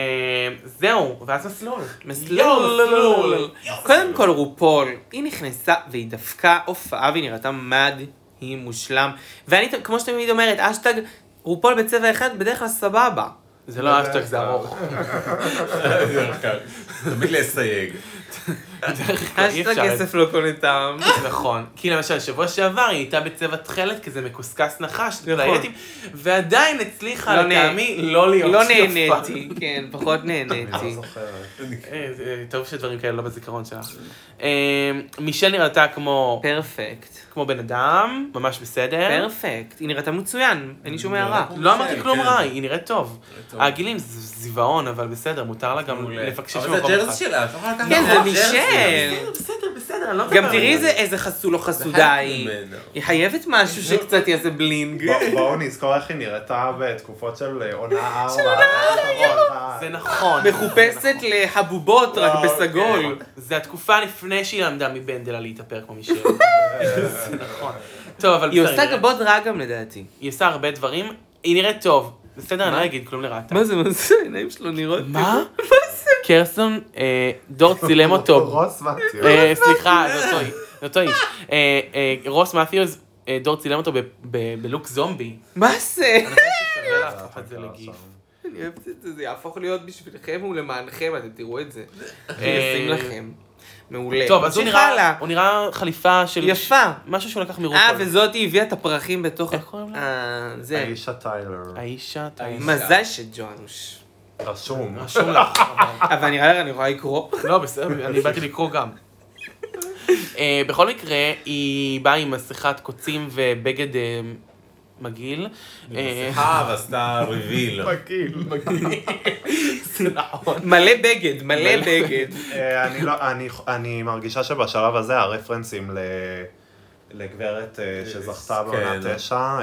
S3: זהו, ואז מסלול.
S2: מסלול. לא, קודם כל רופול, היא נכנסה והיא דפקה הופעה והיא נראתה מדהים, מושלם. ואני, ת- כמו שתמיד אומרת, אשטג רופול בצבע אחד, בדרך כלל סבבה.
S3: זה לא אשטג, זה ארוך.
S4: תמיד לסייג.
S3: אי
S2: אשטג
S3: אפשר.
S2: כסף לא קונה טעם.
S3: נכון. כי למשל, שבוע שעבר היא הייתה בצבע תכלת כזה מקוסקס נחש,
S2: נכון.
S3: טלייטים, ועדיין הצליחה
S2: לא נה-
S3: לטעמי לא להיות
S2: לא
S3: שותפה.
S2: נהניתי, כן, פחות
S5: לא
S2: נהניתי.
S3: לא. אה, זה- טוב שדברים כאלה לא בזיכרון שלך. אה, מישל נראתה כמו
S2: פרפקט.
S3: כמו בן אדם, ממש בסדר.
S2: פרפקט. היא נראתה מצוין, אין לי שום הערה.
S4: נראית
S3: אה? לא אמרתי
S4: כן,
S3: כלום
S4: כן.
S3: רע, היא נראית טוב.
S4: נראית טוב.
S3: הגילים זה זיוועון, אבל בסדר, מותר לה אה, גם
S4: מעולה.
S3: לפקשש
S4: אבל זה
S3: במקום
S4: הג'רזי
S3: אחד.
S4: שלה, את לא יכולה לקחת
S2: כן,
S4: את
S2: זה
S4: הג'רזי.
S2: מישל.
S3: אה, בסדר, בסדר, בסדר, אני לא
S2: גם
S3: מדבר
S2: תראי
S3: על
S2: איזה-
S3: זה.
S2: איזה חסול או חסודה
S4: חלק
S2: היא.
S4: ממנו.
S2: היא חייבת משהו
S3: לא-
S2: שקצת יעשה
S3: כן.
S2: בלינג.
S5: בוא- בואו נזכור איך היא נראתה בתקופות של אה, עונה ארבע. של עונה
S3: זה נכון. כן,
S2: מחופשת לחבובות רק
S5: וואו,
S2: בסגול.
S3: זה התקופה לפני שהיא למדה מבנדלה להתאפר כמו מישל. זה נכון. טוב, אבל
S2: היא
S3: בסדר,
S2: עושה
S3: נראה.
S2: גבות רע גם לדעתי.
S3: היא עושה הרבה דברים, היא נראית טוב. בסדר, אני לא אגיד כלום לרעתה.
S2: מה זה, מה זה, העיניים שלו נראות...
S3: מה? קרסון, אה, דור צילם אותו.
S5: רוס מתיו.
S3: אה, סליחה, זה אותו איש. זה אותו איש. אה, אה, רוס מאפיוז, אה, דור צילם אותו ב- ב- בלוק זומבי.
S2: מה זה?
S3: שווה
S5: אה,
S3: להפוך את זה לגיף.
S2: אני אוהבת את זה, זה יהפוך להיות בשבילכם ולמענכם, אתם תראו את זה.
S3: אה,
S2: אני אשים לכם. מעולה.
S3: טוב, אז הוא
S2: נמשיך
S3: נראה,
S2: הלאה.
S3: הוא נראה חליפה של...
S2: יפה.
S3: משהו שהוא לקח מרופול.
S2: אה, וזאתי הביאה את הפרחים בתוך...
S3: איך קוראים לה?
S2: אה, זה.
S5: האישה טיילר.
S3: האישה, האישה.
S2: מזל שג'ואנוש.
S5: רשום.
S3: רשום
S2: לא.
S3: לך. אבל-
S2: אבל נראה לי אני יכולה לקרוא.
S3: לא, בסדר, אני באתי לקרוא גם. אה, בכל מקרה, היא באה עם מסכת קוצים ובגד אה, מגעיל. אה,
S4: אה, ועשתה ריביל.
S5: מגעיל.
S2: מלא בגד, מלא בגד.
S5: אה, אני לא- אני- אני מרגישה שבשלב הזה הרפרנסים ל- לגברת אה, שזכתה בעונה
S4: כן.
S5: תשע, אה,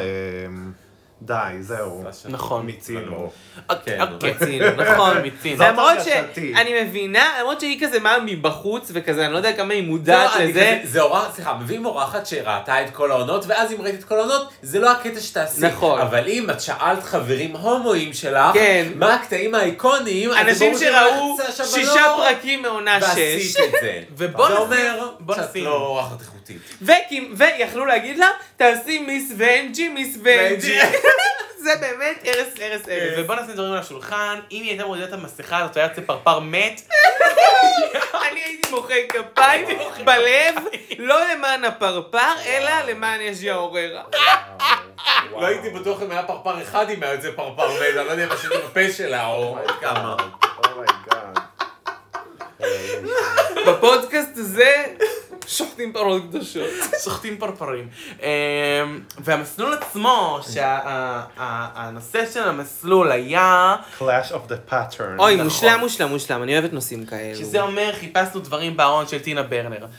S5: די, זהו.
S3: נכון.
S5: מיצינו.
S4: כן.
S3: אוקיי.
S2: מיצינו, נכון.
S3: מיצינו.
S5: זאת
S2: למרות
S5: הרגשתי.
S2: שאני מבינה, למרות שהיא כזה מה מבחוץ וכזה, אני לא יודע כמה היא מודעת
S4: לא, אני
S2: לזה.
S4: כזה- זה אורחת, סליחה, מביאים אורחת שראתה את כל העונות, ואז אם ראית את כל העונות, זה לא הקטע שתעשי.
S2: נכון.
S4: אבל אם את שאלת חברים הומואים שלך,
S2: כן.
S4: מה הקטעים האיקוניים, אז
S2: אנשים
S4: ברור
S2: שראו
S4: שלא יצא שם
S2: שישה
S4: לא,
S2: פרקים מעונה שש,
S4: ועשית את זה.
S3: ובוא
S4: זה
S3: נשים-
S4: אומר
S3: בוא
S4: שאת
S3: נשים.
S4: לא אורחת איכותית.
S2: וכי- ויכלו להגיד לה, תעשי מיס ונג'י, מיס
S4: לא
S2: ונג'י. זה באמת הרס, הרס, הרס.
S3: ובוא נשים דברים על השולחן, אם היא הייתה מורידה את המסכה הזאת, היה יוצא פרפר מת.
S2: אני הייתי מוחא כפיים בלב, לא למען הפרפר, אלא למען יש יעוררה.
S4: לא הייתי בטוח אם היה פרפר אחד אם היה יוצא פרפר מת, אני לא יודע אם עשיתי בפה שלה או כמה.
S5: אומייגאד.
S2: בפודקאסט הזה,
S3: שוחטים פרות קדושות. שוחטים פרפרים. אמ, והמסלול עצמו, שהנושא של המסלול היה,
S5: Clash of the Pattern.
S2: אוי,
S3: נכון.
S2: מושלם, מושלם, מושלם, אני אוהבת נושאים כאלו.
S3: שזה אומר חיפשנו דברים בארון של טינה ברנר.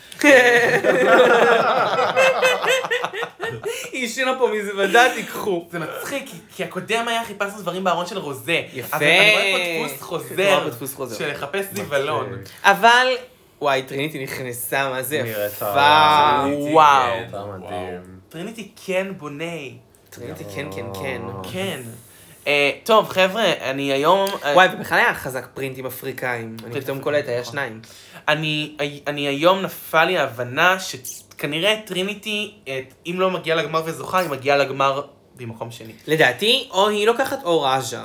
S2: היא השאירה פה מזוודה, תיקחו.
S3: זה מצחיק, כי- כי הקודם היה חיפשנו דברים בארון של רוזה.
S2: יפה.
S3: אז אני רואה פה דפוס
S2: את
S3: חוזר,
S2: רואה פה דפוס חוזר.
S3: של לחפש זיוולון.
S2: אבל, וואי, טריניטי נכנסה, מה זה
S5: נראית
S2: יפה.
S5: טריניטי,
S3: וואו.
S5: אתה מדהים.
S3: טריניטי כן בוני.
S2: טריניטי כן, כן, כן.
S3: כן. אה, טוב, חבר'ה, אני היום... אה,
S2: וואי, ובכלל היה חזק פרינטים אפריקאים. אני פתאום קולט, היה
S3: נכון.
S2: שניים.
S3: אני, אני היום נפל לי ההבנה שכנראה טריניטי, את, אם לא מגיעה לגמר וזוכה, היא מגיעה לגמר במקום שני.
S2: לדעתי, או היא לוקחת או ראז'ה.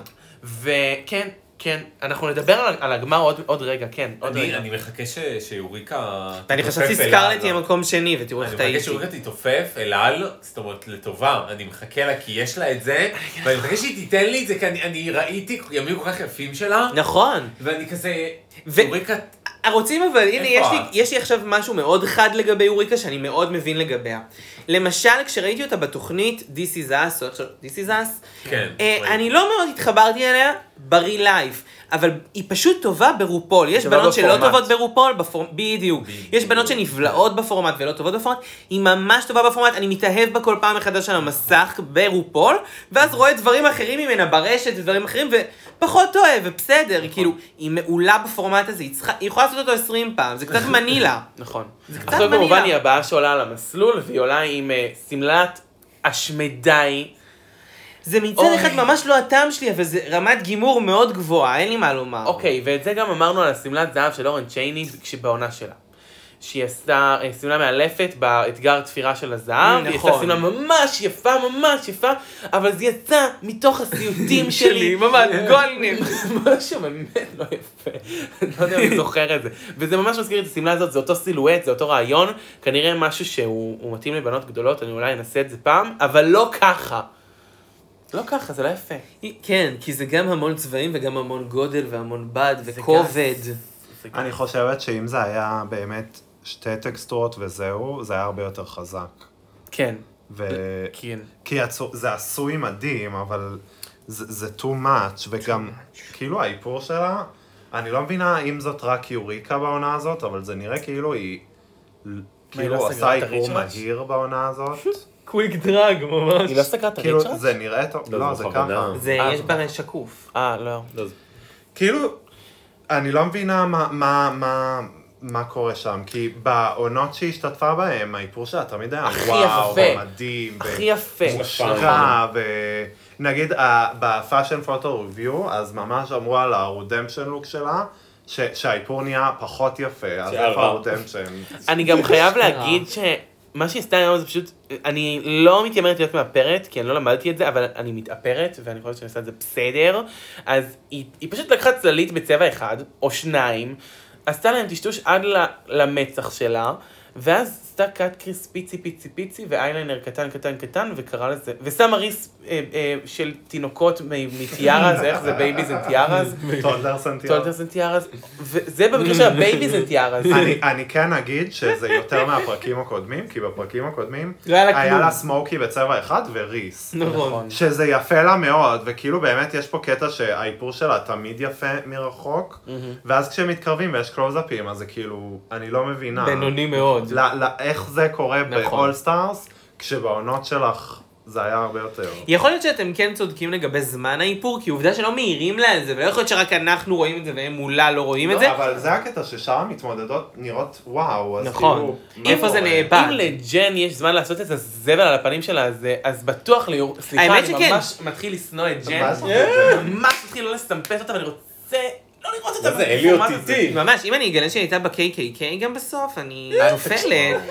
S3: וכן, כן, אנחנו נדבר על, על הגמר עוד, עוד רגע, כן, עוד
S4: אני-
S3: רגע.
S4: אני מחכה ש- שיוריקה...
S2: ואני
S4: תתעופף
S2: חשבתי
S4: אל
S2: סקארלט
S4: על.
S2: יהיה מקום שני, ותראו איך
S4: אני מחכה
S2: טעיתי.
S4: שאוריקה תתעופף אל על, זאת אומרת לטובה, אני מחכה לה כי יש לה את זה, ואני מחכה שהיא תיתן לי את זה כי אני- אני ראיתי ימים כל כך יפים שלה,
S2: נכון.
S4: ואני כזה,
S2: ו-
S4: אוריקה,
S2: רוצים אבל, הנה, יש
S4: איפה
S2: לי,
S4: את?
S2: יש לי עכשיו משהו מאוד חד לגבי אוריקה שאני מאוד מבין לגביה. למשל, כשראיתי אותה בתוכנית This is Us, או איך ש... This is Us,
S4: כן,
S2: אה,
S4: ראיתי.
S2: אני לא מאוד התחברתי אליה ב-real life, אבל היא פשוט טובה ברופול. יש
S5: טובה
S2: בנות שלא
S5: בפורמט.
S2: טובות ברופול, בפור... בדיוק. יש בנות שנבלעות בפורמט ולא טובות בפורמט, היא ממש טובה בפורמט, אני מתאהב בה כל פעם מחדש על המסך ברופול, ואז רואה דברים אחרים ממנה ברשת ודברים אחרים, ופחות אוהב, ובסדר, כאילו, היא מעולה בפורמט הזה, היא, צריכה... היא יכולה לעשות אותו 20 פעם, זה קצת מנילה.
S3: נכון.
S2: קצת
S3: עכשיו כמובן
S2: מנילה.
S3: היא הבאה שעולה על המסלול, והיא עולה עם אה, שמלת השמדי.
S2: זה מצד
S3: אוי.
S2: אחד ממש לא הטעם שלי, אבל זה רמת גימור מאוד גבוהה, אין לי מה לומר.
S3: אוקיי, ואת זה גם אמרנו על השמלת זהב של אורן צ'ייני כשבעונה שלה. שהיא עשתה אה, שמלה מאלפת באתגר תפירה של הזהב, היא עשתה
S2: נכון.
S3: שמלה ממש יפה, ממש יפה, אבל זה יצא מתוך הסיוטים
S2: שלי,
S3: שלי.
S2: ממש, גולדנר.
S3: משהו באמת לא יפה, אני לא יודע אם אני זוכר את זה. וזה ממש מזכיר לי את השמלה הזאת, זה אותו סילואט, זה אותו רעיון, כנראה משהו שהוא הוא מתאים לבנות גדולות, אני אולי אנסה את זה פעם, אבל לא ככה. לא ככה, זה לא יפה.
S2: כן, כי זה גם המון צבעים וגם המון גודל והמון בד
S3: זה
S2: וכובד.
S3: זה
S5: אני חושבת שאם זה היה באמת שתי טקסטורות וזהו, זה היה הרבה יותר חזק.
S3: כן,
S5: ו...
S3: כן.
S5: כי הצו... זה עשוי מדהים, אבל זה, זה too much, וגם כאילו האיפור שלה, אני לא מבינה אם זאת רק יוריקה בעונה הזאת, אבל זה נראה כאילו היא...
S3: היא לא
S5: כאילו
S3: סגרה
S5: עושה
S3: את
S5: איפור
S3: הריצ'רץ'?
S5: מהיר בעונה הזאת.
S2: קוויק דרג ממש.
S3: היא לא סגרה את
S5: כאילו
S3: הריצ'רד?
S5: זה נראה טוב,
S4: לא,
S5: לא
S4: זה
S5: זה
S4: בכוונה.
S5: ככה.
S2: זה,
S3: אה,
S2: יש
S3: אבל-
S2: בה שקוף.
S3: אה, לא.
S5: כאילו, אני לא מבינה מה, מה, מה, מה קורה שם, כי בעונות שהיא השתתפה בהן, האיפור שלה תמיד היה
S3: הכי
S5: וואו,
S3: יפה.
S5: ומדהים,
S3: הכי יפה.
S5: ומושקע, ונגיד ה- בפאשן פוטו ריוויו, אז ממש אמרו על הרודמפשן לוק שלה, ש- שהאיפור נהיה פחות יפה, אז
S4: שערה.
S5: איפה הרודמפשן?
S3: אני גם חייב
S2: שקרה.
S3: להגיד שמה שהיא עשתה היום זה פשוט, אני לא מתיימרת להיות מאפרת, כי אני לא למדתי את זה, אבל אני מתאפרת, ואני חושבת שאני עושה את זה בסדר. אז היא, היא פשוט לקחה צללית בצבע אחד, או שניים, עשתה להם טשטוש עד ל- למצח שלה, ואז עשתה קאט קריס פיצי פיצי פיצי, ואייליינר קטן קטן קטן, וקרא לזה, ושמה ריס אה, אה, של תינוקות מ- מטיארה, זה איך זה בייביז אנד טיארז?
S5: טולדר סנטיאל.
S3: טולטרס אנד טיארז, וזה במקרה של הבייביז אנד טיארז.
S5: אני, אני כן אגיד שזה יותר מהפרקים הקודמים, כי בפרקים הקודמים
S2: לא היה לה
S5: היה
S2: כלום.
S5: לה סמוקי בצבע אחד וריס.
S2: נכון.
S5: שזה יפה לה מאוד, וכאילו באמת יש פה קטע שהאיפור שלה תמיד יפה מרחוק, ואז כשמתקרבים ויש קלוזאפים, אז זה כאילו, אני לא מבינה.
S2: בינוני מאוד.
S5: לא, לא, איך זה קורה
S2: נכון.
S5: ב-all stars, כשבעונות שלך זה היה הרבה יותר.
S2: יכול להיות שאתם כן צודקים לגבי זמן האיפור, כי עובדה שלא מעירים לה על זה, ולא יכול להיות שרק אנחנו רואים את זה והם מולה לא רואים את זה.
S5: לא, אבל זה הקטע ששאר המתמודדות נראות וואו, אז
S2: נכון.
S5: כאילו...
S2: איפה
S5: מה
S2: זה
S5: קורה?
S2: נאבד?
S3: אם לג'ן יש זמן לעשות את הזבל על הפנים שלה, אז, אז בטוח ליור... סליחה,
S2: האמת
S3: אני
S2: שכן.
S3: ממש מתחיל לשנוא את ג'ן.
S5: מה
S2: אה!
S5: זה נאבד?
S3: ממש מתחיל לא לסמפס אותה, ואני רוצה לא לראות אותה.
S4: מה זה,
S3: בפורמט
S4: אליוט
S3: הזה.
S4: איתי?
S2: ממש, אם אני אגלה שהיא הייתה ב-KKK גם בסוף, אני נופלת.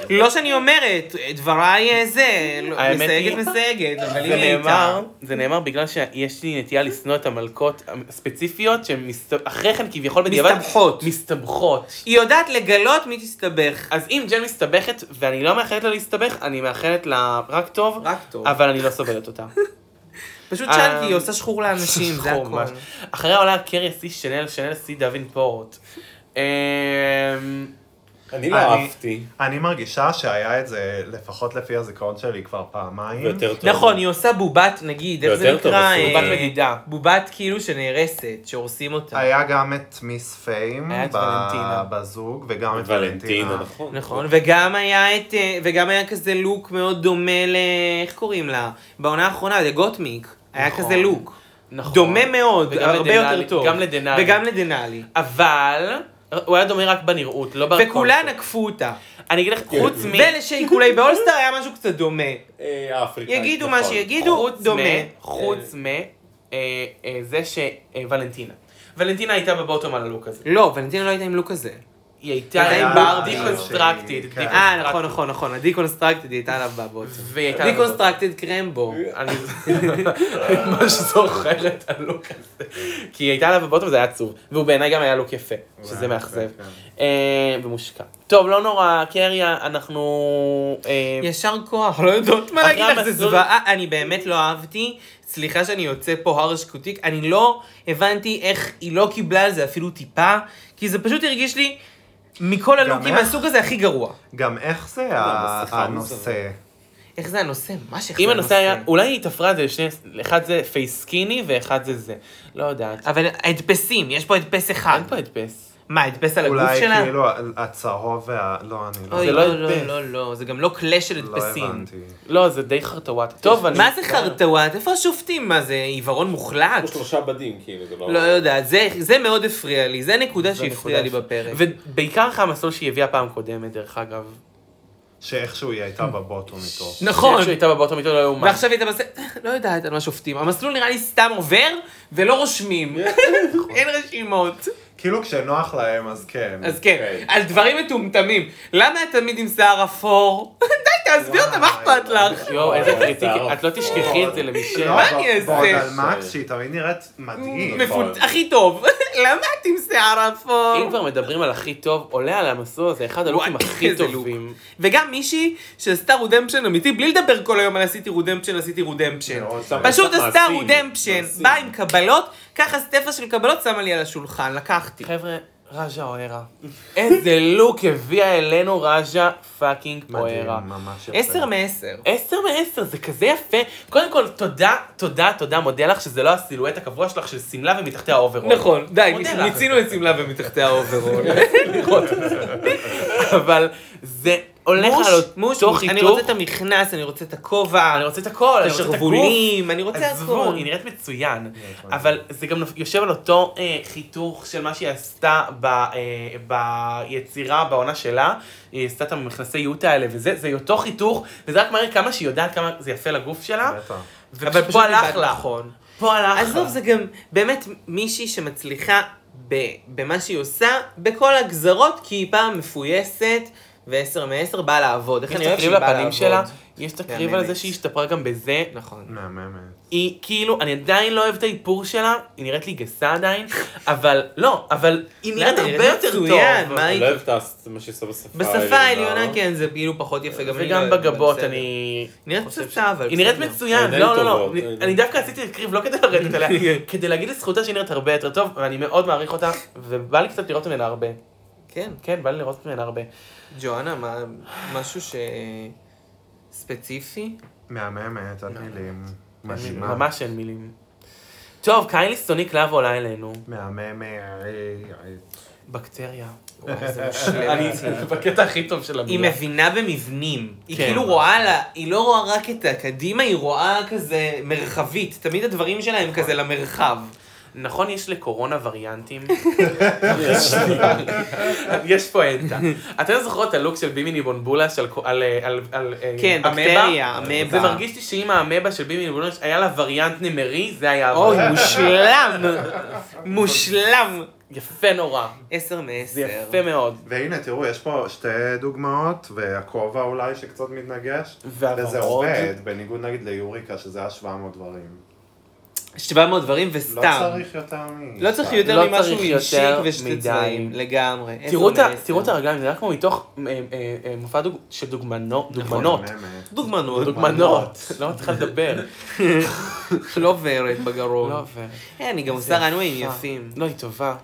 S2: לא שאני אומרת, דבריי אה, זה, לא,
S3: האמת
S2: מסייגת
S3: היא-
S2: מסייגת, אבל היא
S3: זה
S2: הייתה.
S3: נאמר, זה נאמר בגלל שיש לי נטייה לשנוא את המלכות הספציפיות, שהן מסת- אחרי כן כביכול בדיעבד...
S2: מסתבכות.
S3: מסתבכות.
S2: היא יודעת לגלות מי תסתבך.
S3: אז אם ג'ן מסתבכת, ואני לא מאחלת לה להסתבך, אני מאחלת לה רק טוב,
S2: רק טוב.
S3: אבל אני לא סובלת אותה.
S2: פשוט
S3: אה,
S2: שאלתי, היא עושה שחור לאנשים, זה
S3: שחור,
S2: הכל.
S3: ממש. אחריה עולה קרי סי שנל, שנל סי דווין פורט. אמ,
S6: אני לא
S5: אני-
S6: אהבתי,
S5: אני מרגישה שהיה את זה, לפחות לפי הזיכרון שלי, כבר פעמיים.
S6: ויותר טוב.
S2: נכון, היא עושה בובת, נגיד, איך זה
S6: יותר טוב
S2: נקרא?
S6: עשו.
S2: אה,
S3: בת מדידה.
S2: בובת כאילו שנהרסת, שהורסים אותה.
S5: היה גם את מיס פיים
S2: היה את
S5: ב-
S2: ולנטינה.
S5: בזוג, וגם את
S6: ולנטינה,
S4: אה,
S5: ולנטינה.
S6: נכון.
S2: נכון, וגם היה את, אה, וגם היה כזה לוק מאוד דומה ל... איך קוראים לה? בעונה האחרונה, לגוטמיק. היה
S3: נכון.
S2: כזה לוק.
S3: נכון.
S2: דומה מאוד,
S3: וגם
S2: הרבה
S3: לדנאלי-
S2: יותר טוב.
S3: גם לדנאלי.
S2: וגם לדנאלי.
S3: אבל הוא היה דומה רק בנראות, לא בקונספט.
S2: וכולן כן. עקפו אותה.
S3: אני אגיד לך, חוץ מ...
S2: ולשיקולי באולסטאר היה משהו קצת דומה.
S6: אה, האפריקאית,
S2: יגידו מה
S6: נכון.
S2: שיגידו,
S3: חוץ
S2: דומה.
S3: מ- חוץ מ... אה, אה, זה שוולנטינה. ולנטינה הייתה בבוטום על הלוק הזה.
S2: לא, ולנטינה לא הייתה עם לוק כזה.
S3: היא הייתה
S2: הייתה עם
S3: עם
S2: ברבי.
S3: דיקונסטרקטית.
S5: כן.
S3: דיקונסטרקטית.
S2: נכון. אה, נכון, נכון, נכון, הדיקונסטרקטד הייתה עליו בבוטום.
S3: והיא הייתה...
S2: דיקונסטרקטד קרמבו.
S3: אני ממש זוכרת את הלוק הזה. כי היא הייתה עליו בבוטום וזה היה עצוב. והוא בעיניי גם היה לוק יפה, שזה
S5: היה
S3: מאכזב.
S5: יפה,
S3: אה, ומושקע. טוב, לא נורא, קריה, אנחנו... אה,
S2: ישר כוח, לא יודעות מה
S3: אחרי
S2: להגיד לך, זה
S3: המסלול-
S2: זוועה, אני באמת לא אהבתי. סליחה שאני יוצא פה הר שקוטיק, אני לא הבנתי איך היא לא קיבלה על זה אפילו טיפה, כי זה פשוט הרגיש לי מכל הלוקים
S5: איך?
S2: מהסוג הזה הכי גרוע.
S5: גם איך זה ה-
S6: בשכר
S5: הנושא?
S2: איך זה הנושא? מה שאיך זה
S3: אם
S2: הנושא.
S3: הנושא היה, אולי היא תפרה את זה לשני, אחד זה פייס סקיני ואחד זה זה. לא יודעת.
S2: אבל הדפסים, יש פה הדפס אחד.
S3: אין פה הדפס.
S2: מה, הדפס על הגוף
S5: אולי
S2: שלה?
S5: כאילו הצהוב וה... לא, אני לא...
S2: אוי,
S3: זה
S2: לא,
S3: לא
S2: לא,
S3: הדפס.
S2: לא, לא, זה גם לא קלה של
S5: לא
S2: הדפסים.
S5: הבנתי.
S3: לא, זה די חרטוואט. טוב, אני...
S2: מה זה חרטוואט? איפה השופטים? מה זה, עיוורון מוחלט?
S6: יש לו שלושה בדים, כאילו, זה לא...
S2: לא יודעת, זה- זה מאוד הפריע לי, זה נקודה שהפריעה לי
S3: לא, נקודה
S2: בפרק.
S3: ובעיקר אחרי המסלול שהיא הביאה פעם קודמת, דרך אגב.
S5: שאיכשהו היא הייתה בבוטום איתו.
S2: נכון,
S3: כשהיא הייתה בבוטום איתו לא יאומן.
S2: ועכשיו היא תמסה, לא יודעת על מה שופטים, המסלול נראה לי סתם עובר ולא רושמים, אין רשימות.
S5: כאילו כשנוח להם, אז כן.
S2: אז כן, על דברים מטומטמים, למה את תמיד עם שיער אפור? די, תעזבי אותה, מה אכפת לך?
S3: יואו, איזה
S6: אוי,
S3: קריטיק.
S6: זה
S3: את לא תשכחי את זה למישל.
S5: לא,
S2: מה
S5: ב-
S2: אני אעשה?
S5: בעוד על מקס שהיא תמיד נראית מדהים.
S2: מפות- הכי טוב, למה את עם שיער
S3: נכון. אם
S2: אפור?
S3: כבר מדברים על הכי טוב, עולה על המסלול הזה, אחד הלוקים
S2: וואי,
S3: הכי
S2: איזה לוק.
S3: טובים.
S2: וגם מישהי שעשתה רודמפשן אמיתי, בלי לדבר כל היום על עשיתי רודמפשן, עשיתי רודמפשן.
S5: מאוד
S2: פשוט
S6: מעשים,
S2: עשתה רודמפשן,
S6: מעשים.
S2: באה עם קבלות, ככה סטפה של קבלות שמה לי על השולחן, לקחתי.
S3: חבר'ה, רג'ה אוהרה. איזה לוק הביאה אלינו רג'ה פאקינג אוהרה.
S5: מדהים, ממש יפה.
S2: עשר מעשר.
S3: עשר מעשר, זה כזה יפה. קודם כל, תודה, תודה, תודה, מודה לך שזה לא הסילואט הקבוע שלך של שמלה ומתחתיה האוברול.
S2: נכון, די,
S3: מודה לך.
S2: מיצינו את שמלה ומתחתי האוברול.
S3: אבל זה הולך
S2: מוש,
S3: על אותו
S2: מוש,
S3: חיתוך.
S2: אני רוצה את המכנס, אני רוצה את הכובע,
S3: אני רוצה את הכל,
S2: את
S3: אני רוצה את הגוף.
S2: השרוולים, אני רוצה
S3: עזבו,
S2: הכל.
S3: היא נראית מצוין. אבל זה גם יושב על אותו אה, חיתוך של מה שהיא עשתה ב, אה, ביצירה, בעונה שלה. היא עשתה את המכנסי יוטה האלה, וזה זה אותו חיתוך, וזה רק מראה כמה שהיא יודעת כמה זה יפה לגוף שלה.
S5: בטח.
S2: אבל פשוט
S3: ופה הלך
S2: איבדת
S3: לה.
S2: נכון.
S3: פה הלך לה.
S2: עזוב, זה גם באמת מישהי שמצליחה ב- במה שהיא עושה, בכל הגזרות, כי היא פעם מפויסת, ועשר מעשר באה לעבוד. איך
S3: יש
S2: אני אוהב
S3: תקריב
S2: שהיא באה
S3: לפנים
S2: לעבוד. כן,
S3: שלה, יש תקריב על
S2: מהממת.
S3: זה שהיא השתפרה גם בזה.
S2: נכון.
S5: מהממת.
S3: היא כאילו, אני עדיין לא אוהב את האיפור שלה, היא נראית לי גסה עדיין, אבל לא, אבל היא נראית הרבה יותר טוב.
S2: מצוין, מה
S6: אני
S2: היא...
S6: לא אוהב את הס- מה שהיא עושה בשפה
S2: בשפה העליונה כן, זה כאילו פחות יפה. גם אני לא
S3: אה, לא. וגם
S2: אוהבת,
S3: בגבות
S2: בסדר.
S3: אני...
S2: נראית פצצה, אבל...
S3: היא נראית
S2: בסדר.
S3: מצוין,
S6: עיניים
S3: לא, לא, לא.
S6: טובות,
S3: אני-
S6: עיניים.
S3: אני דווקא עשיתי לקריב לא כדי לרדת עליה, כדי להגיד לזכותה שהיא נראית הרבה יותר טוב, ואני מאוד מעריך אותה, ובא לי קצת לראות ממנה הרבה.
S2: כן.
S3: כן, בא לי לראות ממנה הרבה.
S2: ג'ואנה, מה... משהו ש... ספציפי?
S5: מהממת, אין מילים. מדהימה.
S3: ממש אין מילים. טוב, קיילי סוניק להב עולה אלינו.
S5: אה, מהממת.
S3: בקטריה.
S2: איזה משלמת.
S3: אני בקטע הכי טוב של
S2: היא
S3: המילה.
S2: מבינה במבנים. היא
S3: כן.
S2: כאילו רואה לה, היא לא רואה רק את הקדימה, היא רואה כזה מרחבית. תמיד הדברים שלה הם כזה למרחב.
S3: נכון, יש לקורונה וריאנטים? יש פואנטה. אתם זוכרות את הלוק של בימיני בונבולה של- על- על- על- אה,
S2: כן,
S3: אמבה?
S2: בקטריה, אמבה.
S3: זה מרגיש לי שאם האמבה של בימיני בונבולה היה לה וריאנט נמרי, זה היה...
S2: אוי,
S3: אבל.
S2: מושלם! מושלם!
S3: יפה נורא.
S2: עשר
S3: זה
S2: מעשר.
S3: יפה מאוד.
S5: והנה, תראו, יש פה שתי דוגמאות, והכובע אולי שקצת מתנגש,
S3: והוורוד.
S5: וזה עובד, בניגוד נגיד ליוריקה, שזה היה 700 דברים.
S2: 700 דברים
S5: לא
S2: וסתם.
S5: צריך יותר מ...
S2: לא צריך
S3: לא
S2: יותר ממשהו
S3: צריך
S2: אישי
S3: יותר
S2: ושתי
S3: מדי.
S2: צבעים. לגמרי. עשר
S3: תראו את ה-
S2: מעשר.
S3: תראו את הרגליים, זה היה כמו מתוך אה, אה, אה, מופע דוג- של דוגמנו- דוגמנות.
S5: נכון, מהממת.
S2: נכון. דוגמנות.
S3: דוגמנות. לא מצליחה לדבר.
S2: לא עוברת
S3: לא
S2: בגרון.
S3: עוברת.
S2: אה, אני גם עושה
S3: לא. יפה.
S2: רענועים יפים.
S3: לא, היא טובה.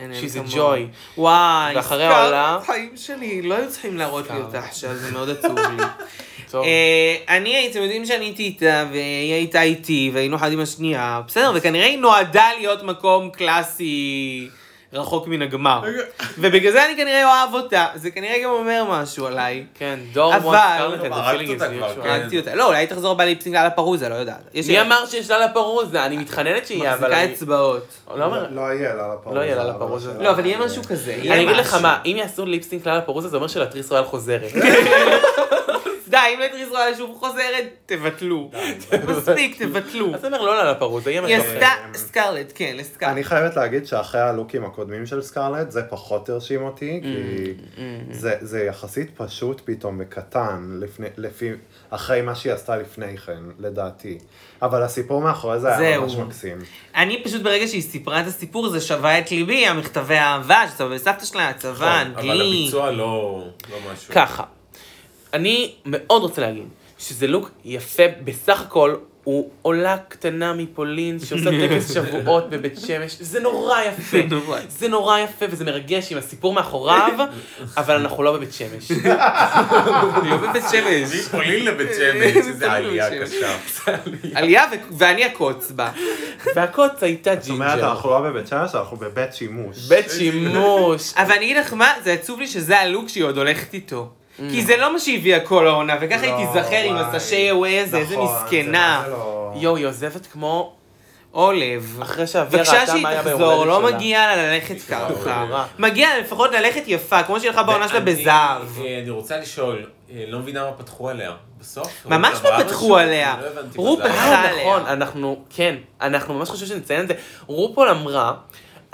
S2: אין, אין
S3: She's a
S2: כמוה.
S3: joy.
S2: וואי,
S3: ואחרי
S2: סקאר
S3: העולה-
S2: חיים שלי, לא היו צריכים להראות לי
S3: סקאר.
S2: אותה עכשיו, זה מאוד עצוב לי.
S3: טוב.
S2: אה, אני, הייתם יודעים שאני הייתי איתה, והיא הייתה איתי, והיינו אחת עם השנייה, בסדר, וכנראה היא נועדה להיות מקום קלאסי רחוק מן הגמר. ובגלל זה אני כנראה אוהב אותה, זה כנראה גם אומר משהו עליי.
S3: כן, דור
S2: אבל-
S3: וואט
S4: לא, הרגת
S3: סקרלט,
S4: אותה כבר, כן.
S2: הרגתי אותה. לא, אולי היא תחזור בליפסינג על הפרוזה, לא יודעת. יש
S3: מי
S2: לי-
S3: אמר שיש לה לפרוזה? אני מתחננת שיהיה, אבל...
S2: מחזיקה
S3: אני-
S2: אצבעות.
S3: לא אומר-
S5: לא יהיה לה לפרוזה.
S3: לא יהיה לה לפרוזה.
S5: אבל
S2: לא, אבל יהיה משהו כזה. יהיה
S3: אני אגיד לך
S2: משהו. כן.
S3: מה, אם יעשו ליפסינק כלל הפרוזה, זה אומר שלהתריס רואל חוזרת.
S2: די, אם לטריס רואל שוב חוזרת, תבטלו. מספיק, תבטלו.
S3: אז זה אומר לא לה לפרוזה, יהיה
S2: היא
S3: משהו אחר.
S2: עשתה סקרלט, כן, לסקרלט.
S5: אני חייבת להגיד שאחרי הלוקים הקודמים של סקארלט, זה פחות הרשים אותי,
S2: Mm,
S5: כי זה- זה יחסית פשוט פתאום וקטן, לפני- לפי, אחרי מה שהיא עשתה לפני כן, לדעתי. אבל הסיפור מאחורי זה היה
S2: זהו.
S5: ממש מקסים.
S2: אני פשוט ברגע שהיא סיפרה את הסיפור זה שבה את ליבי, המכתבי האהבה, שסבא וסבתא שלה, הצבא,
S4: נכון, אבל
S2: האנגלי.
S4: הביצוע לא לא משהו.
S3: ככה, אני מאוד רוצה להגיד שזה לוק יפה בסך הכל. הוא עולה קטנה מפולין שעושה טקס שבועות בבית שמש, זה נורא יפה,
S2: נורא.
S3: זה נורא יפה וזה מרגש עם הסיפור מאחוריו, אבל אנחנו לא בבית שמש.
S2: לא בבית שמש.
S4: מפולין לבית שמש,
S2: אה, זה
S4: איזה עלייה
S2: לבית שמש.
S4: קשה.
S2: עלייה ו- ואני הקוץ בה.
S3: והקוץ הייתה
S5: זאת אומרת,
S3: ג'ינג'ר.
S5: אנחנו לא בבית שמש, אנחנו בבית שימוש.
S3: בית שימוש.
S2: אבל אני אגיד לך מה, זה עצוב לי שזה הלוק שהיא עוד הולכת איתו. כי זה לא מה שהביאה כל העונה, וככה היא
S5: לא,
S2: תיזכר עם
S5: וואי.
S2: הסשי אווי הזה, איזה
S5: נכון, זה מה
S2: מסכנה.
S5: זה לא-
S3: יואו, היא עוזבת כמו
S2: עולב.
S3: אחרי שאביה
S2: בבקשה
S3: ראתה
S2: שהיא
S3: מה היה
S2: תחזור,
S3: ביום
S2: לא
S3: הולדת שלה.
S2: מגיע לה ללכת
S4: נורא.
S2: ככה. מגיע לה לפחות ללכת יפה, כמו שהיא הלכה בעונה שלה
S4: ואני-
S2: בזהב.
S4: אה, אני רוצה לשאול, אה, לא מגיע. מה פתחו עליה. בסוף?
S2: ממש
S4: רות
S2: לא
S4: עברה
S2: פתחו
S4: משהו?
S2: עליה.
S4: לא הבנתי
S2: רות
S4: מה זה היה.
S2: פתחה
S3: אה,
S2: עליה.
S3: נכון, אנחנו, כן, אנחנו ממש חושבים שנציין את זה. רופול אמרה,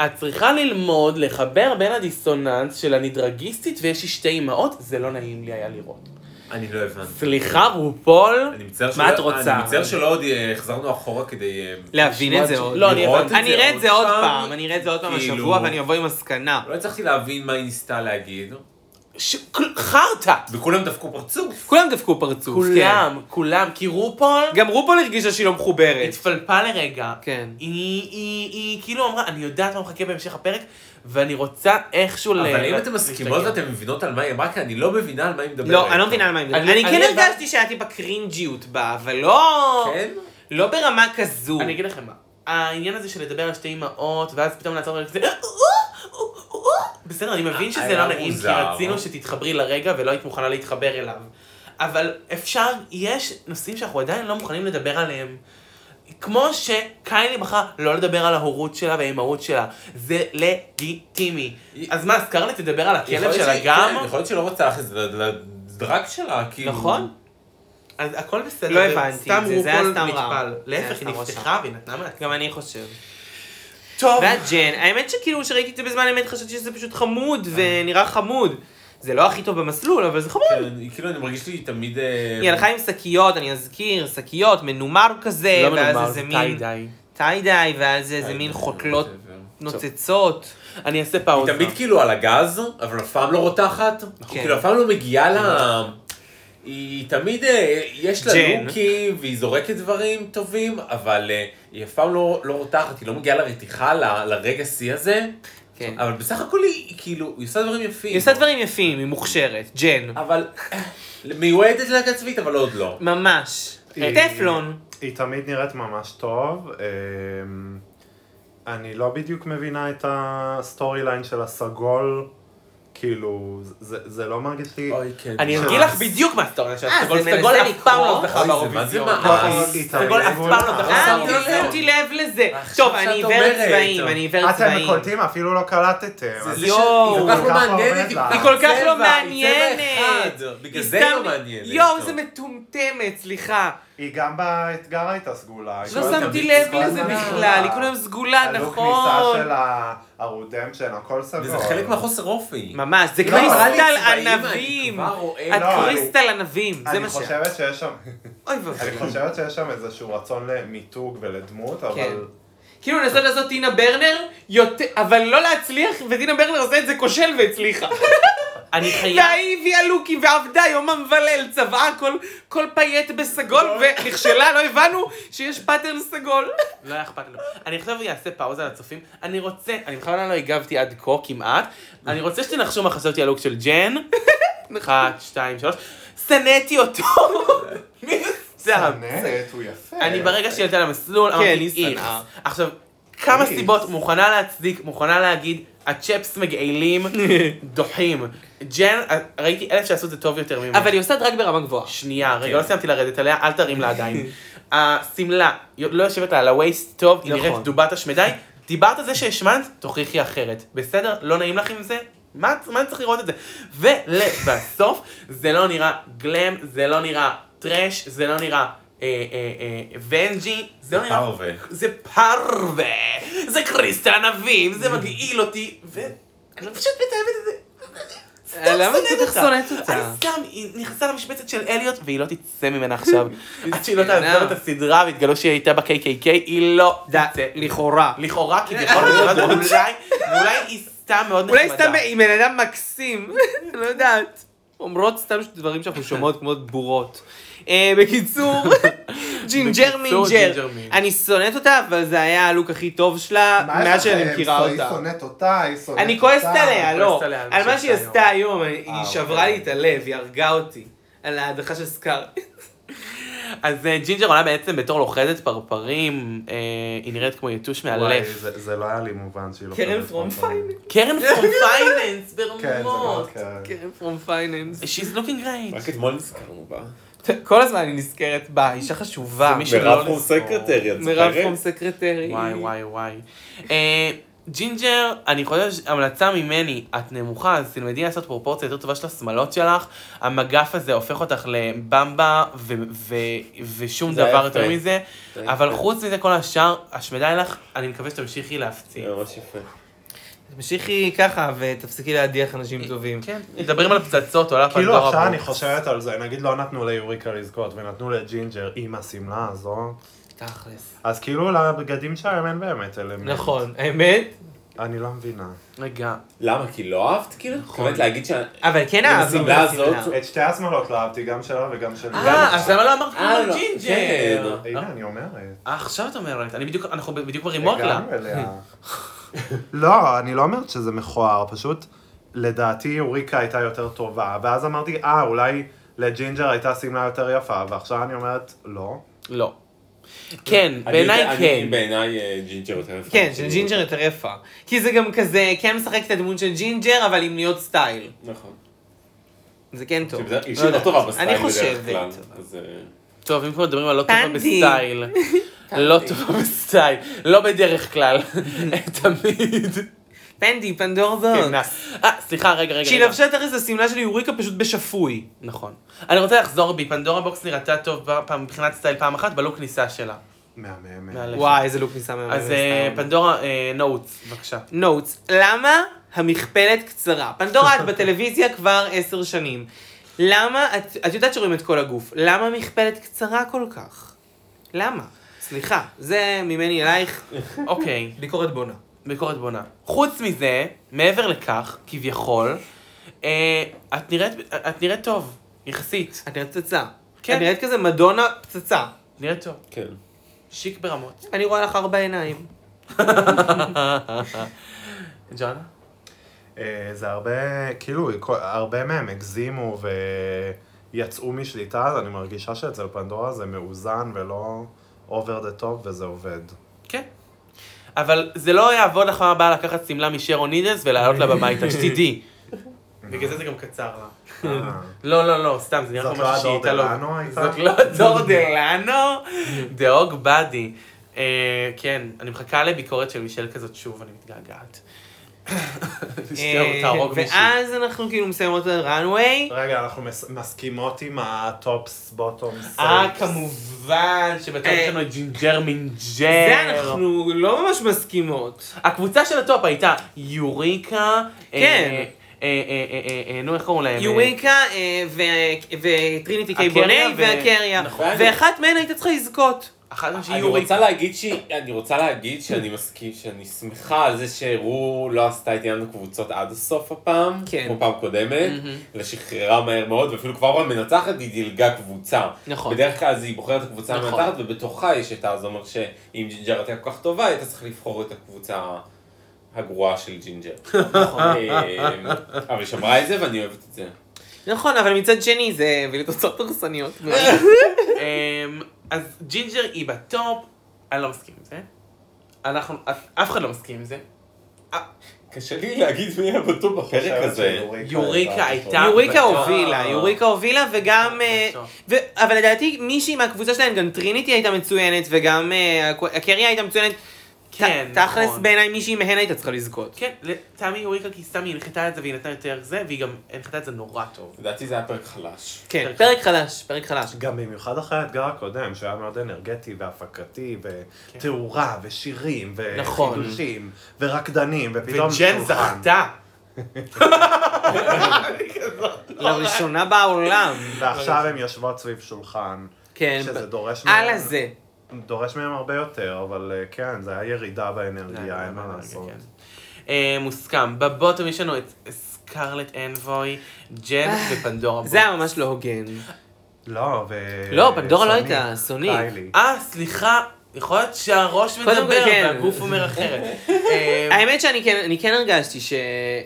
S3: את צריכה ללמוד לחבר בין הדיסוננס של הנדרגיסטית ויש לי שתי אימהות, זה לא נעים לי היה לראות.
S4: אני לא הבנתי.
S3: סליחה, רופול?
S4: אני מצטער
S3: מה
S4: שלא-
S3: את רוצה?
S4: אני מצטער שלא עוד אה, חזרנו אחורה כדי... אה,
S2: להבין את זה
S3: לשמוע
S2: עוד.
S3: לא, אני
S4: לראות
S3: הבנתי.
S4: את
S2: אני אראה את זה עוד פעם, אני אראה את זה עוד פעם
S4: כאילו-
S2: השבוע ואני אבוא עם מסקנה.
S4: לא הצלחתי להבין מה היא ניסתה להגיד,
S3: ש- כל- חרטא!
S2: כן.
S4: וכולם דפקו פרצוף.
S2: כולם דפקו פרצוף, כן.
S3: כולם, כולם, כי רופול
S2: גם רופול הרגישה שהיא לא מחוברת.
S3: התפלפה לרגע.
S2: כן.
S3: היא, היא, היא כאילו אמרה, אני יודעת מה מחכה בהמשך הפרק, ואני רוצה איכשהו ל...
S4: אבל אם אתן מסכימות
S3: להשתגע.
S4: ואתן מבינות על מה היא אמרה, כי אני לא מבינה על מה היא מדברת.
S2: לא, אני לא מבינה על מה היא מדברת.
S3: אני-
S2: אני כן
S3: אני
S2: הרגשתי שהיה טיפה קרינג'יות בה, אבל לא...
S4: כן?
S2: לא ברמה כזו.
S3: אני אגיד לכם מה, העניין הזה של לדבר על שתי אמהות, ואז פתאום לעצור "אה, ולכזה, אה, בסדר, אני מבין שזה
S4: היה
S3: לא נעים, כי
S4: מוזר.
S3: רצינו שתתחברי לרגע ולא היית מוכנה להתחבר אליו. אבל אפשר, יש נושאים שאנחנו עדיין לא מוכנים לדבר עליהם. כמו שקיילי בחרה לא לדבר על ההורות שלה והאימהות שלה, זה לגיטימי.
S4: היא-
S3: אז מה, סקרלט תדבר על הכלב
S4: יכול להיות
S3: שלה
S4: שהיא-
S3: גם?
S4: כן, יכול להיות שלא רוצה להכניס את זה לדרג שלה, כאילו.
S3: נכון. אז הכל בסדר.
S2: לא הבנתי את
S3: סתם
S2: זה, זה היה
S3: רופול
S2: סתם רע.
S3: נטפל.
S2: זה היה
S3: להפך, היא
S2: סתם רע שם.
S3: נפתחה והיא נתנה מה...
S2: גם אני חושב.
S3: טוב.
S2: והג'ן, האמת שכאילו כשראיתי את זה בזמן אמת חשבתי שזה פשוט חמוד ונראה חמוד. זה לא הכי טוב במסלול, אבל זה חמוד.
S4: כן, היא- כאילו, אני מרגיש לי תמיד... אה,
S2: היא הלכה עם שקיות, אני אזכיר, שקיות, מנומר כזה,
S3: לא
S2: ואז
S3: מנומר,
S2: איזה
S3: זה
S2: מין
S3: טיידיי.
S2: טיידיי, ואז איזה
S4: אה,
S2: מין
S4: אה,
S2: חותלות
S4: whatever.
S2: נוצצות.
S3: אני אעשה פאוזה.
S4: היא תמיד כאילו על הגז, אבל אף פעם לא רותחת.
S2: כן.
S4: כאילו, אף פעם לא מגיעה ל... היא תמיד, אה, יש לה
S2: ג'ן.
S4: לוקים, והיא זורקת דברים טובים, אבל אה, היא אף פעם לא לא רותחת, היא לא מגיעה לרתיחה, ל- לרגע שיא הזה.
S2: כן.
S4: אבל בסך הכל היא, היא כאילו, היא עושה דברים יפים.
S2: היא עושה דברים יפים, היא מוכשרת, ג'ן.
S4: אבל אה, מיועדת להקה צבאית, אבל עוד לא.
S2: ממש. טפלון.
S5: היא תמיד נראית ממש טוב. אמ, אני לא בדיוק מבינה את הסטורי ליין של הסגול. כאילו, זה, זה לא מרגיש לי...
S4: אוי, כן.
S3: אני
S5: ממש.
S3: אגיד לך בדיוק מה הסטוריה של
S2: אה,
S3: הסגול.
S2: זה
S3: סגול
S2: מנסה
S3: אף פעם לא
S2: לקרוא?
S3: זכה
S4: אוי, זה מה זה
S3: באירוויזיון.
S2: לא,
S4: מה? אה,
S5: נכון,
S4: אז-
S5: היא תמיד
S3: הסגול אף פעם לא
S5: מול-
S3: זכה
S2: אה,
S4: עכשיו
S2: אני לא
S4: שאת
S2: שמתי לב לזה.
S4: עכשיו
S2: טוב, אני
S4: שאת
S2: עיוורת
S4: אומרת.
S2: צבעים, אני עיוורת
S5: אה, אתם
S2: צבעים.
S5: קולטים, אפילו לא קלטתם. אז
S4: זה
S2: יואו.
S4: שהיא כל כך לא
S5: ככה
S4: מעניינת,
S5: עומד לה.
S2: היא כל כך לא
S4: צבע, היא צבע
S2: מעניינת.
S4: אחד. בגלל
S2: היא
S4: זה היא לא
S2: סתם-
S4: מעניינת.
S2: יואו,
S4: טוב.
S2: זה מטומטמת, סליחה.
S5: היא גם באתגר הייתה סגולה. היא
S2: לא
S5: כל
S4: שמתי
S5: הזמן-
S2: שמתי
S4: תמיד
S2: לב
S4: סגולה.
S2: לזה בכלל, היא כולם סגולה,
S5: הלוק כניסה
S2: נכון.
S5: של הרודמפשן, הכל סגול.
S6: נכון.
S4: וזה חלק מהחוסר אופי.
S2: ממש, זה
S5: לא, נראה לי
S2: קריסטל
S4: צבעים, אני
S2: ענבים.
S4: כבר רואה.
S2: את
S5: לא, אני-
S2: קריסטל ענבים, זה
S5: אני
S2: מה ש...
S5: חושבת שיש שם,
S2: אוי
S5: אני
S2: ואבוי.
S5: חושבת שיש שם איזשהו רצון למיתוג ולדמות,
S2: כן.
S5: אבל
S2: כאילו לנסות לעשות טינה ברנר, יותר- אבל לא להצליח, וטינה ברנר עושה את זה כושל והצליחה.
S3: אני חייב...
S2: והיא הביאה לוקי ועבדה יומם וליל, צבעה כל- כל פייט בסגול ונכשלה, לא הבנו שיש פאטרן סגול.
S3: לא היה אכפת לנו. אני עכשיו אעשה פאוזה לצופים. אני רוצה, אני בכלל לא הגבתי עד כה כמעט. אני רוצה שתנחשו מה חשבתי על לוק של ג'ן. אחת, שתיים, שלוש. שנאתי אותו. מי זה?
S5: נט, הוא יפה.
S3: אני ברגע שהיא עלתה למסלול, אמרתי
S2: אה, כן, היא
S3: איכס.
S2: שנאה.
S3: עכשיו, כמה
S5: איכס.
S3: סיבות מוכנה להצדיק, מוכנה להגיד, הצ'פס מגעילים, דוחים. ג'ן, ראיתי אלף שעשו את זה טוב יותר ממנו.
S2: אבל היא עושה דרג ברמה גבוהה.
S3: שנייה, רגע, לא סיימתי לרדת עליה, אל תרים לה עדיין. השמלה, לא יושבת לה על הווייסט טוב, היא נראית
S2: נכון.
S3: דובת השמדי. דיברת על זה שהשמנת, תוכיחי אחרת. בסדר? לא נעים לך עם זה? מה את- מה אני צריך לראות את זה? ולבסוף, זה לא נראה גלם, זה לא נראה טראש, זה לא נראה אה, אה, אה, ונג'י, זה לא נראה...
S4: פרווה.
S3: זה פרווה, זה קריסטל ענבים, זה מגעיל אותי, ואני לא פשוט מתאמת את זה.
S2: אה, למה את כל כך שונאת
S3: אני
S2: אותה?
S3: סתם, היא נכנסה למשבצת של אליוט, והיא לא תצא ממנה עכשיו. עד שהיא לא תעזוב את הסדרה והתגלו שהיא הייתה ב-KKK, היא לא תצא.
S2: לכאורה.
S3: לכאורה, כביכול, אבל אולי, ואולי היא סתם מאוד נחמדה.
S2: אולי סתם היא בן אדם מקסים, לא יודעת. אומרות סתם דברים שאנחנו שומעות כמו בורות. אה, בקיצור, ג'ינג'ר
S3: בקיצור,
S2: מינג'ר.
S3: ג'ינג'ר מינג'ר.
S2: אני שונאת אותה, אבל זה היה הלוק הכי טוב שלה מאז שאני מכירה אותה.
S5: היא שונאת אותה, היא שונאת אותה.
S2: אני כועסת עליה, לא.
S3: כועסת עליה, אני
S2: על מה
S3: חושבת
S2: שהיא עשתה היום, אני-
S5: אה,
S2: היא שברה לי
S5: אוקיי.
S2: את הלב, היא הרגה אותי. על ההדחה של סקאר.
S3: אז אה, ג'ינג'ר עולה בעצם בתור לוכדת פרפרים, אה, היא נראית כמו יתוש
S5: וואי,
S3: מאלף.
S5: זה זה לא היה לי מובן שהיא לא...
S2: קרן
S5: כותבת
S2: פרום
S5: פרפרים.
S2: פייננס.
S3: קרן פרום פייננס,
S5: כן, זה
S3: ברמות.
S5: מאוד קרן.
S2: קרן פרום פייננס.
S3: She's looking great.
S6: רק אתמול נזכרנו בה.
S2: כל הזמן אני נזכרת בה, אישה חשובה.
S3: מי שלא
S6: מירב
S3: נזכור.
S6: פרום סקרטרי, את
S2: מירב
S6: זוכרת?
S2: פרום סקרטרי.
S3: וואי וואי וואי. אה, ג'ינג'ר, אני חושב שהמלצה ממני, את נמוכה, אז תלמדי לעשות פרופורציה יותר טובה של השמלות שלך. המגף הזה הופך אותך לבמבה ו- ו- ושום
S6: זה
S3: דבר
S6: יפה.
S3: יותר מזה.
S6: זה
S3: אבל
S6: יפה.
S3: חוץ מזה, כל השאר, השמדה לך, אני מקווה שתמשיכי להפציע.
S6: זה ממש יפה.
S2: תמשיכי ככה ותפסיקי להדיח אנשים טובים.
S3: כן, מדברים על פצצות, עולה
S5: כאילו
S3: פנדורה
S5: עכשיו אני
S3: בוקס.
S5: חושבת על זה, נגיד לא נתנו ליוריקה לזכות ונתנו לג'ינג'ר עם השמלה הזו,
S2: תכלס.
S5: אז כאילו לבגדים שלהם אין באמת אלמנט.
S2: נכון, האמת?
S5: אני לא מבינה.
S3: רגע,
S6: למה? כי לא אהבת כאילו? את מתכוונת להגיד ש...
S2: נכון. אבל כן אהבנו. את
S6: השמלה הזאת?
S2: השמלה.
S5: את שתי השמלות לא אהבתי, גם שלה וגם שלי.
S3: אה, אז למה לא אמרת כלום
S6: אה,
S3: על
S6: לא,
S3: ג'ינג'ר?
S6: כן.
S2: לא-
S5: הנה, אני אומרת.
S3: אה, עכשיו את אומרת, אני בדיוק, אנחנו בדיוק ברימות לה.
S5: הגענו אליה. לא, אני לא אומרת שזה מכוער, פשוט לדעתי יוריקה הייתה יותר טובה, ואז אמרתי, אה, אולי לג'ינג'ר הייתה שמלה יותר יפה, ועכשיו אני אומרת, לא.
S3: לא. כן,
S6: אני-
S3: בעיניי
S6: אני-
S3: כן.
S6: בעיניי אה, ג'ינג'ר יותר יפה.
S2: כן, של ג'ינג'ר יותר יפה. כי זה גם כזה, כן משחק את הדמות של ג'ינג'ר, אבל עם להיות סטייל.
S6: נכון.
S2: זה כן טוב.
S6: שבדרך- היא
S2: לא
S6: שהיא לא
S2: יודעת.
S6: טובה בסטייל
S2: אני
S6: בדרך כלל.
S2: חושבת.
S6: אז, אה,
S3: טוב, אם כבר מדברים על לא טובה
S2: טנדי.
S3: בסטייל. לא טובה בסטייל. לא בדרך כלל. תמיד.
S2: פנדי, פנדורזון.
S3: אה, סליחה, רגע, רגע.
S2: שהיא
S3: רגע.
S2: לבשה את הרי השמלה של יוריקה פשוט בשפוי.
S3: נכון. אני רוצה לחזור בי, פנדורה בוקס נראתה טוב ב- פעם- מבחינת סטייל פעם אחת, בלוק כניסה שלה.
S2: אה,
S5: מהמם.
S3: מעלה.
S2: וואי, איזה לוק ניסה מהמם.
S3: אז אה, פנדורה, נוטס, בבקשה.
S2: נוטס, למה המכפלת קצרה? פנדורה, את בטלוויזיה כבר עשר שנים. למה, את, את יודעת שרואים את כל הגוף, למה המכפלת קצרה כל כך? למה? סליחה, זה ממני אלייך
S3: אוקיי,
S2: ביקורת בונה.
S3: ביקורת בונה. חוץ מזה, מעבר לכך, כביכול, אה, את נראית- את נראית טוב, יחסית.
S2: את נראית פצצה.
S3: כן.
S2: כן. את נראית כזה מדונה פצצה.
S3: נראית טוב.
S6: כן.
S3: שיק ברמות.
S2: אני רואה לך ארבע עיניים.
S3: ג'ואנה?
S5: אה, זה הרבה, כאילו, כל- הרבה מהם הגזימו ויצאו משליטה, אז אני מרגישה שאצל פנדורה זה מאוזן ולא over the top וזה עובד.
S3: כן. אבל זה לא יעבוד לך הבאה לקחת שמלה משרון נידלס ולעלות לה בביתה, שתדעי. בגלל זה זה גם קצר לה.
S5: אה,
S3: לא, לא, לא, סתם, זה נראה
S5: זאת
S3: כמו
S5: לא
S3: משהו שהיא
S5: הדור
S3: הייתה לו.
S5: דלנו הייתה?
S3: זאת לא הדור דלנו, דאוג באדי. אה, כן, אני מחכה לביקורת של מישל כזאת שוב, אני מתגעגעת.
S2: אה,
S3: תהרוג מישהי.
S2: ואז אנחנו כאילו מסיימות את הראנוויי.
S5: רגע, אנחנו מס- מסכימות עם הטופס, בוטומס.
S3: אה, כמובן, שבטוח יש לנו את ג'ינג'ר
S2: אה,
S3: אה,
S2: זה
S3: מינג'ר.
S2: אנחנו לא ממש מסכימות.
S3: הקבוצה של הטופ הייתה יוריקה. אה,
S2: כן.
S3: אה, אה, אה, אה, אה, נו, איך קוראים להם?
S2: יוריקה אה, ו- וטריניטי קיי
S3: הקריה
S2: בוני
S3: ו-
S2: והקריה.
S3: נכון.
S2: ואחת מהן הייתה צריכה לזכות.
S3: אחת מהן שהיא
S6: אני
S3: יורי.
S6: רוצה להגיד שהיא- אני רוצה להגיד שאני מסכים, שאני שמחה על זה שרו לא עשתה את עניין הקבוצות עד הסוף הפעם,
S2: כן.
S6: כמו פעם קודמת, אלא שחררה מהר מאוד, ואפילו כבר במנצחת היא דילגה קבוצה.
S2: נכון.
S6: בדרך כלל אז היא בוחרת את הקבוצה
S2: נכון.
S6: המנצחת, ובתוכה יש את ה... זה אומר שאם ג'ינג'ר הייתה כל כך טובה, היית צריך לבחור את הקבוצה הגרועה של ג'ינג'ר. אה, אבל היא שמרה את זה ואני אוהבת את זה.
S2: נכון, אבל מצד שני זה הביא לתוצאות הרסניות.
S3: אמ, אז ג'ינג'ר היא בטופ, אני לא מסכים עם זה. אנחנו, אף- אף אחד לא מסכים עם זה.
S6: קשה לי להגיד מי היה בטוב בפרק הזה.
S3: יוריקה הייתה
S2: יוריקה
S3: בטופ.
S2: הובילה, יוריקה הובילה וגם... אה,
S3: בטופ.
S2: ו- אבל לדעתי מישהי מהקבוצה שלהם, גם טריניטי הייתה מצוינת וגם אה, הקו- הקריה הייתה מצוינת.
S3: כן,
S2: ת- תכלס
S3: נכון.
S2: בעיניי מישהי מהן הייתה צריכה לזכות.
S3: כן, לטעמי יוריקה כי סתם היא הנחתה את זה והיא נתנה יותר זה, והיא גם הנחתה את זה נורא טוב.
S6: לדעתי זה היה פרק חלש.
S2: כן,
S3: פרק
S2: פרק חדש, פרק חדש.
S5: גם במיוחד אחרי האתגר הקודם, שהיה מאוד אנרגטי והפקתי, ותאורה, ושירים,
S2: נכון.
S5: וחידושים, ורקדנים, ופתאום...
S3: וג'ן
S5: שולחן.
S3: זכתה. לא.
S2: לראשונה בעולם.
S5: ועכשיו הן יושבות סביב שולחן,
S2: כן.
S5: שזה דורש
S2: על
S3: לא.
S2: הזה.
S5: דורש מהם הרבה יותר, אבל אה, כן, זה היה ירידה באנרגיה, אין מה לעשות.
S3: כן. אה, מוסכם. בבוטום יש לנו את סקרלט אנבוי, ג'ן ופנדורה
S2: אה. זה היה ממש לא הוגן.
S5: לא, ו...
S2: לא, פנדורה לא
S5: סונית,
S2: הייתה, סונית.
S5: קיילי.
S3: אה, סליחה, יכול להיות שהראש
S2: קודם כל,
S3: מדבר
S2: כן.
S3: והגוף אומר אחרת. אה,
S2: האמת שאני כן, אני כן הרגשתי ש,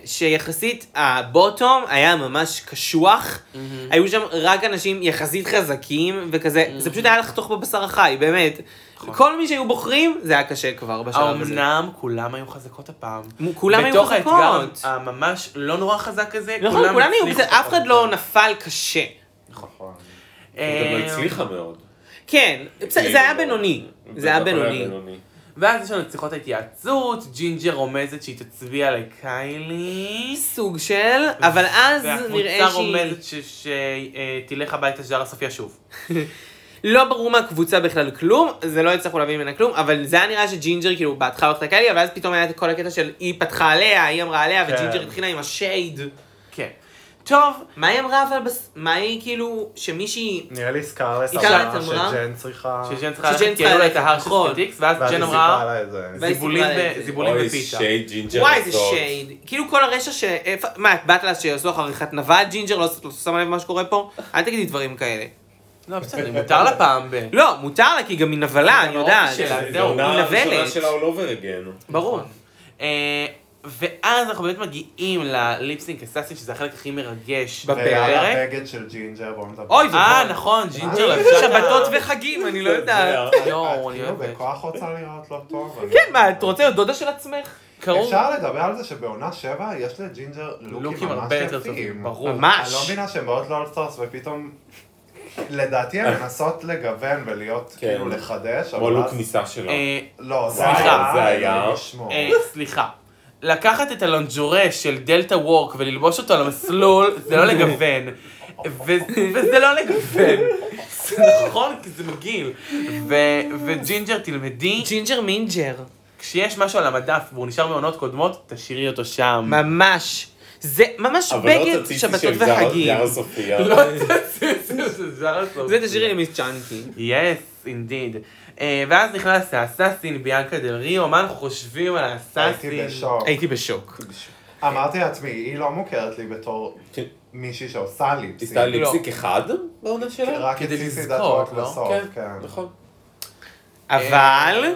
S2: שיחסית הבוטום היה ממש קשוח,
S3: Mm-hmm. אה,
S2: היו שם רק אנשים יחסית חזקים וכזה,
S3: Mm-hmm.
S2: זה פשוט היה לחתוך בבשר החי, באמת. כל מי שהיו בוחרים, זה היה קשה כבר בשלב הזה.
S3: נכון. האומנם כולם היו חזקות הפעם.
S2: מ- כולם היו
S3: בתוך האתגר
S2: חזקות.
S3: הממש לא נורא חזק הזה,
S2: נכון, כולם היו,
S3: הצליחו.
S2: בסדר, אף אחד לא נפל קשה.
S5: נכון.
S6: היא גם
S3: אה,
S6: לא הצליחה מאוד.
S2: כן, בסדר, זה
S3: כאילו,
S2: היה בינוני. זה נכון, היה בינוני.
S3: ואז יש לנו את שיחות ההתייעצות, ג'ינג'ר רומזת שהיא תצביע לקיילי.
S2: סוג של, אבל אז נראה שהיא...
S3: והקבוצה רומזת שתלך הביתה ז'ארה סופיה שוב.
S2: לא ברור מהקבוצה בכלל כלום, זה לא הצלחנו להבין ממנה כלום, אבל זה היה נראה שג'ינג'ר כאילו בהתחלה הולכת לקיילי, אבל אז פתאום היה את כל הקטע של היא פתחה עליה, היא אמרה עליה,
S5: כן.
S2: וג'ינג'ר התחילה עם השייד.
S3: כן. טוב,
S2: מה היא אמרה אבל, בס... מה היא כאילו, שמישהי...
S5: נראה לי סקרלס
S2: היא
S5: אמרה
S2: סקרלס אמרה?
S5: שג'ן צריכה...
S2: אה.
S3: שג'ן צריכה
S2: שג'ן
S3: ללכת כי העלו לה את ההר של
S2: נכון.
S3: סטיקס, ואז
S5: ואז
S3: ג'ן
S5: היא
S3: אמרה
S5: סיפרה לה את זה.
S2: ואז-
S3: זיבולים
S2: סיפרה לה את
S3: ב-
S2: זה.
S3: זיבולים
S6: אוי,
S3: בפיתה.
S6: שייד ג'ינג'ר
S2: וואי, זה
S6: הזאת.
S2: שייד. כאילו כל הרשע ש... איפה... מה, את באת לה שיעשו לך עריכת נווד, ג'ינג'ר? לא לא שמה לב מה שקורה פה? אל תגידי דברים כאלה.
S3: לא, בסדר, מותר לה פעם ב...
S2: לא, מותר לה, כי היא גם מנבלה, אני יודעת.
S3: האופי שלה,
S6: זה
S3: זהו,
S6: העונה הראשונה
S2: מנוולת.
S6: שלה all over again.
S2: ברור.
S3: אה, ואז אנחנו באמת מגיעים לליפסינק אסאסין, שזה החלק הכי מרגש
S2: בפרק.
S5: ועל הבגד אה, של ג'ינג'ר, בואו נדבר.
S2: אוי, זה
S3: אה, נכון, ג'ינג'ר לבשה...
S2: שבתות וחגים, אני לא יודעת.
S3: יואו, אה, אני
S5: כאילו
S3: אוהבת.
S5: בכוח רוצה לראות לא טוב. אני-
S2: כן, מה, את רוצה להיות דודה של עצמך?
S3: קראו...
S5: אפשר לדבר על זה שבעונה 7 יש לג'ינג'ר לוקים
S3: לוקים
S5: ממש
S3: הרבה יותר
S5: יפים.
S3: טובים, ברור.
S5: אני לא
S2: ממש.
S5: מבינה שהן באות לאולסטרס ופתאום, לדעתי הן מנסות לגוון ולהיות,
S6: כן.
S5: כאילו לחדש,
S6: כמו
S5: אבל
S6: לוק
S5: אז...
S6: כניסה שלה.
S3: אה,
S5: לא, זה
S6: סליחה.
S5: היה,
S6: זה היה.
S5: לשמור.
S3: אה, סליחה. לקחת את הלונג'ורה של דלתא וורק וללבוש אותו על המסלול, זה לא לגוון. ו- וזה לא לגוון. זה נכון, כי זה מגעיל. ו- וג'ינג'ר, תלמדי,
S2: ג'ינג'ר מינג'ר.
S3: כשיש משהו על המדף והוא נשאר מעונות קודמות, תשאירי אותו שם.
S2: ממש. זה ממש
S6: אבל לא
S2: בגד
S6: את
S2: שבתות
S6: של זרה-
S2: וחגים.
S6: זרה סופיה.
S3: לא, זה- זה- זה- זה-
S2: זה תשאירי למיס צ'אנקי.
S3: יס, אינדיד. אה, ואז נכנס האסאסין ביאנקה דל ריו, מה אנחנו חושבים על
S5: הייתי
S3: האסאסין?
S5: בשוק.
S2: הייתי בשוק.
S3: אה,
S5: אמרתי לעצמי, היא לא מוכרת לי בתור
S6: כן.
S5: מישהי שעושה ליפסינג.
S2: לא.
S6: עשתה ליפסיק אחד בעונה שלה?
S5: רק את
S3: כדי
S5: סיסי
S3: לזכות,
S5: דתות
S3: לא?
S5: בסוף, כן.
S6: נכון.
S2: אבל, אמ,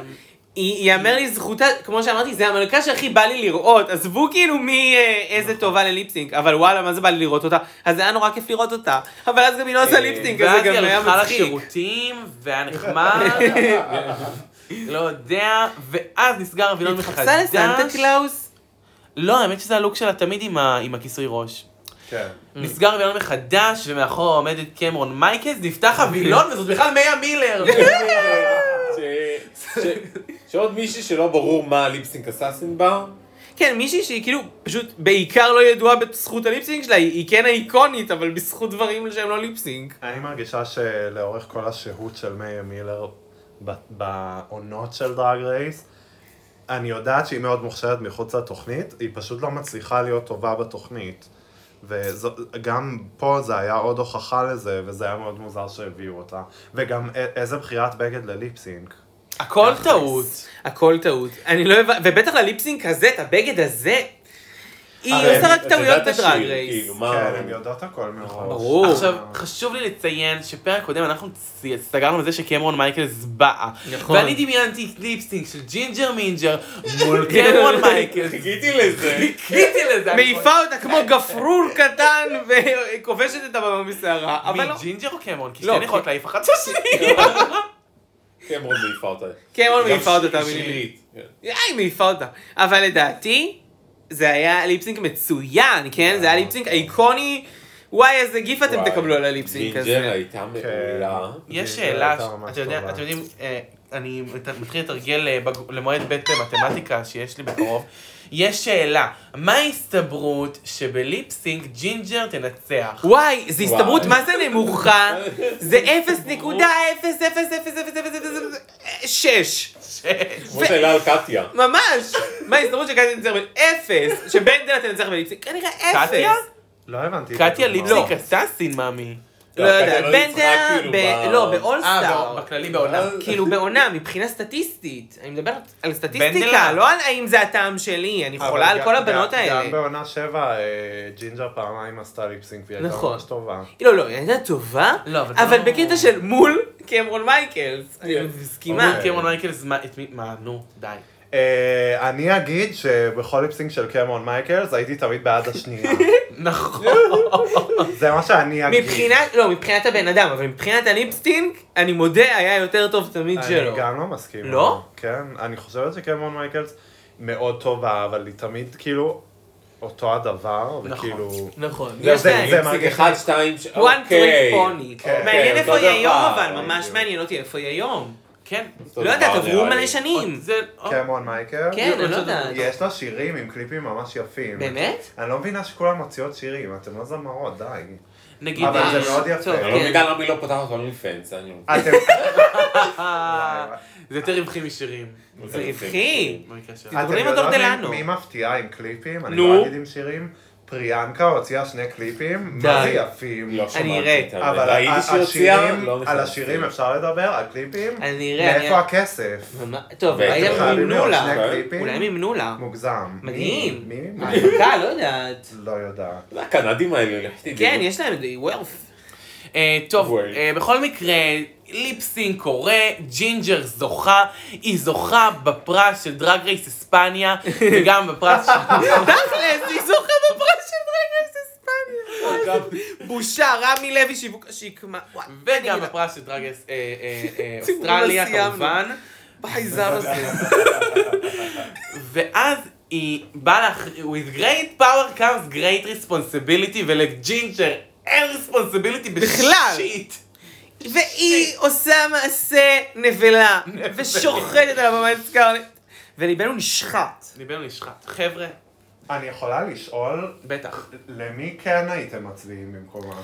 S2: היא- ייאמר לזכותה, כמו שאמרתי, זה המלכה שהכי בא לי לראות. עזבו כאילו מי אה,
S3: נכון.
S2: איזה טובה לליפסינק, אבל וואלה, מה זה בא לי לראות אותה? אז זה היה נורא כיף לראות אותה. אבל אז גם היא לא עושה ליפסינק, אז
S3: אה, ואז
S2: זה גם
S3: היא
S2: היה
S3: הלכה
S2: מצחיק.
S3: לשירותים, והיה נחמד, לא יודע, ואז נסגר הווילון לא מחדש.
S2: התייחסה לסנטה קלאוס?
S3: לא, האמת שזה הלוק שלה תמיד עם ה- עם הכיסוי ראש.
S5: כן.
S3: נסגר הווילון מחדש, ומאחור עומדת קמרון מייקלס, נפתח הווילון, וזאת בכלל מאיה מילר.
S6: ש- ש- שעוד מישהי שלא ברור מה הליפסינק אסאסין בה.
S2: כן, מישהי שהיא כאילו פשוט בעיקר לא ידועה בזכות הליפסינק שלה, היא היא כן איקונית, אבל בזכות דברים שהם לא ליפסינק.
S5: אני מרגישה שלאורך כל השהות של מאיר מילר ב- בעונות של דרג רייס, אני יודעת שהיא מאוד מוכשרת מחוץ לתוכנית, היא פשוט לא מצליחה להיות טובה בתוכנית. וגם פה זה היה עוד הוכחה לזה, וזה היה מאוד מוזר שהביאו אותה. וגם א- איזה בחירת בגד לליפסינק.
S3: הכל טעות.
S2: הכל טעות. אני לא הבנתי, ובטח לליפסינק הזה, את הבגד הזה, היא
S5: הרי
S2: עושה רק
S6: את
S2: טעויות
S6: יודעת את
S2: בדרג
S6: השיר,
S2: רייס.
S6: כאילו, מה...
S5: כן, הן יודעות הכל מראש.
S2: ברור.
S3: עכשיו, חשוב לי לציין שפרק קודם אנחנו צ- סגרנו על זה שקמרון מייקלס באה.
S2: נכון.
S3: ואני דמיינתי ליפסינג של ג'ינג'ר מינג'ר מול קמרון מייקלס.
S6: חיכיתי לזה.
S3: חיכיתי לזה. אני כבר-
S2: מעיפה אותה כמו גפרור קטן וכובשת את הבמה משערה, אבל
S3: מי,
S2: לא.
S3: ג'ינג'ר או קמרון? כי
S2: לא,
S3: שתיהן יכולות להעיף אחת את השנייה.
S6: קמרון כן, מעיפה אותה.
S2: קמרון
S6: גם
S2: מעיפה אותה, תאמיני לי.
S6: שירית. כן.
S2: אה, היא מעיפה אותה. אבל לדעתי, זה היה ליפסינק מצוין, כן? זה היה ליפסינק איקוני. וואי, איזה גיף אתם
S6: וואי,
S2: תקבלו על הליפסינק
S6: ג'ינג'ר
S2: הזה.
S6: הייתה
S5: כן.
S6: מעולה.
S3: יש
S5: ג'ינג'ר
S3: שאלה,
S5: הייתה ממש
S3: אתה יודע-
S5: טובה.
S3: אתם יודעים, אה, אני מת- מתחיל לתרגל אה, בג- למועד ב' במתמטיקה שיש לי בקרוב. יש שאלה, מה ההסתברות שבליפסינק ג'ינג'ר תנצח?
S2: וואי, זו הסתברות
S6: וואי.
S2: מה זה נמוכה, זה 0.00006.
S6: כמו שאלה על קטיה.
S2: ממש! מה ההסתברות שקטיה תנצח בין אפס, שבנדל תנצח בין ליפסינק? כנראה אפס.
S3: קטיה?
S5: לא הבנתי. את
S3: קטיה
S5: הדוגמה.
S3: ליפסינק אסאסין, מאמי.
S2: לא
S6: לא,
S2: יודעת,
S6: קטיה לא ניצחה,
S2: בנדל,
S6: כאילו,
S2: ב-
S6: ב-
S2: לא,
S3: אה,
S2: באולסטאר.
S3: בכללי בעולם.
S2: כאילו בעונה, מבחינה סטטיסטית. אני מדברת על סטטיסטיקה,
S3: בנדל.
S2: לא על האם זה הטעם שלי, אני
S5: אבל
S2: חולה על
S5: גם-
S2: כל
S5: גם-
S2: הבנות
S5: גם
S2: האלה.
S5: בעונה שבע, אה, ג'ינג'ר פעמיים עשתה ליפסינק והיא הייתה
S2: נכון.
S5: ממש טובה.
S2: לא, לא, היא הייתה טובה,
S3: לא, אבל זה
S2: אבל
S3: לא-
S2: בקטע של מול קמרון מייקלס. אני
S6: כן.
S2: מסכימה.
S3: אמרו קמרון מייקלס, מה, את מי, מה, נו, די.
S5: אה, אני אגיד שבכל ליפסינק של קמרון מייקלס הייתי תמיד בעד השנייה.
S3: נכון.
S5: זה מה שאני אגיד.
S2: מבחינת, לא, מבחינת הבן אדם, אבל מבחינת הליפסטינק, אני מודה, היה יותר טוב תמיד שלו.
S5: אני גם לא מסכים.
S2: לא?
S5: כן, אני חושבת שקמרון מייקלס מאוד טובה, אבל היא תמיד כאילו אותו הדבר, וכאילו...
S2: נכון.
S6: זה
S2: יש
S5: זה-
S2: להם.
S5: זה-
S6: ליפסינג
S5: מרגיש-
S6: אחד, שתיים, ש...
S2: one trick
S6: אוקיי.
S2: pony.
S5: אוקיי,
S6: אותו
S2: מעניין איפה
S6: דבר,
S2: יהיה היום, אבל ממש
S6: בדיוק.
S2: מעניין אותי איפה יהיה היום.
S3: כן.
S6: אותו
S2: לא יודעת,
S6: דבר,
S2: עברו
S6: נראה
S2: מלא
S6: לי.
S2: שנים.
S3: זה... או,
S5: קמרון מייקלס?
S2: כן, אני לא
S3: עוד
S2: יודעת.
S5: יש לה שירים עם קליפים ממש יפים.
S2: באמת?
S5: אני לא מבינה שכולם מוציאות שירים, אתם לא זמרות, די.
S3: נגיד...
S5: אבל
S3: אה,
S5: זה מאוד יפה.
S3: טוב,
S6: אני
S2: כן.
S6: לא מבין למה היא לא פותחת לנו פנס, אני לא...
S5: אתם...
S3: אה, זה יותר רווחי משירים.
S2: זה רווחי.
S3: במקרה שלה.
S5: אתם
S2: דברי עם
S5: יודעות
S2: הדור דלנו.
S5: מי- מי מפתיעה עם קליפים? אני
S2: נו.
S5: לא אגיד עם שירים. פריאנקה הוציאה שני קליפים,
S2: די.
S5: מה זה יפים.
S6: לא
S2: אראה.
S6: שמעתי אותה.
S5: אבל
S6: ראיתי
S5: ה-
S6: שהיא הוציאה,
S5: השירים,
S6: לא
S5: על
S6: נכנסתי.
S5: השירים אפשר לדבר, על קליפים?
S2: אני אראה, אני-
S5: מאיפה הכסף?
S2: ממש- טוב,
S6: בטח.
S2: אולי גם
S5: חייבים
S2: מימנו
S5: להיות
S2: לה.
S5: שני קליפים.
S2: אולי מימנו לה.
S5: מוגזם.
S2: מדהים.
S5: מי? מי?
S2: ההפקה, לא יודעת.
S5: לא יודעת.
S6: זה הקנדים האלה, לך תדעי. אה,
S2: כן, יש להם את זה, וורף.
S3: אה, טוב,
S6: וואי.
S3: אה, בכל מקרה, ליפסינג קורה, ג'ינג'ר זוכה, היא זוכה בפרס של דרג רייס אספניה, וגם בפרס של...
S2: תכלס, היא זוכה בפרס של רגרס אספניה. בושה, רמי לוי שיווק השקמה. וואי, אני
S3: וגם
S2: יודעת.
S3: בפרס של דרג רייס אה, אה, אה,
S2: ציבור, לא
S3: אוסטרליה,
S2: סיימנו.
S3: כמובן.
S2: בחייזר הזה.
S3: ואז היא באה לך, with great power comes great responsibility, ולג'ינג'ר אין responsibility
S2: בכלל.
S3: בשיט.
S2: והיא עושה מעשה נבלה, ושוחטת על הבמה את סקרלט, וליבנו נשחט.
S3: ליבנו נשחט. חבר'ה,
S5: אני יכולה לשאול,
S3: בטח.
S5: למי כן הייתם מצביעים במקומה?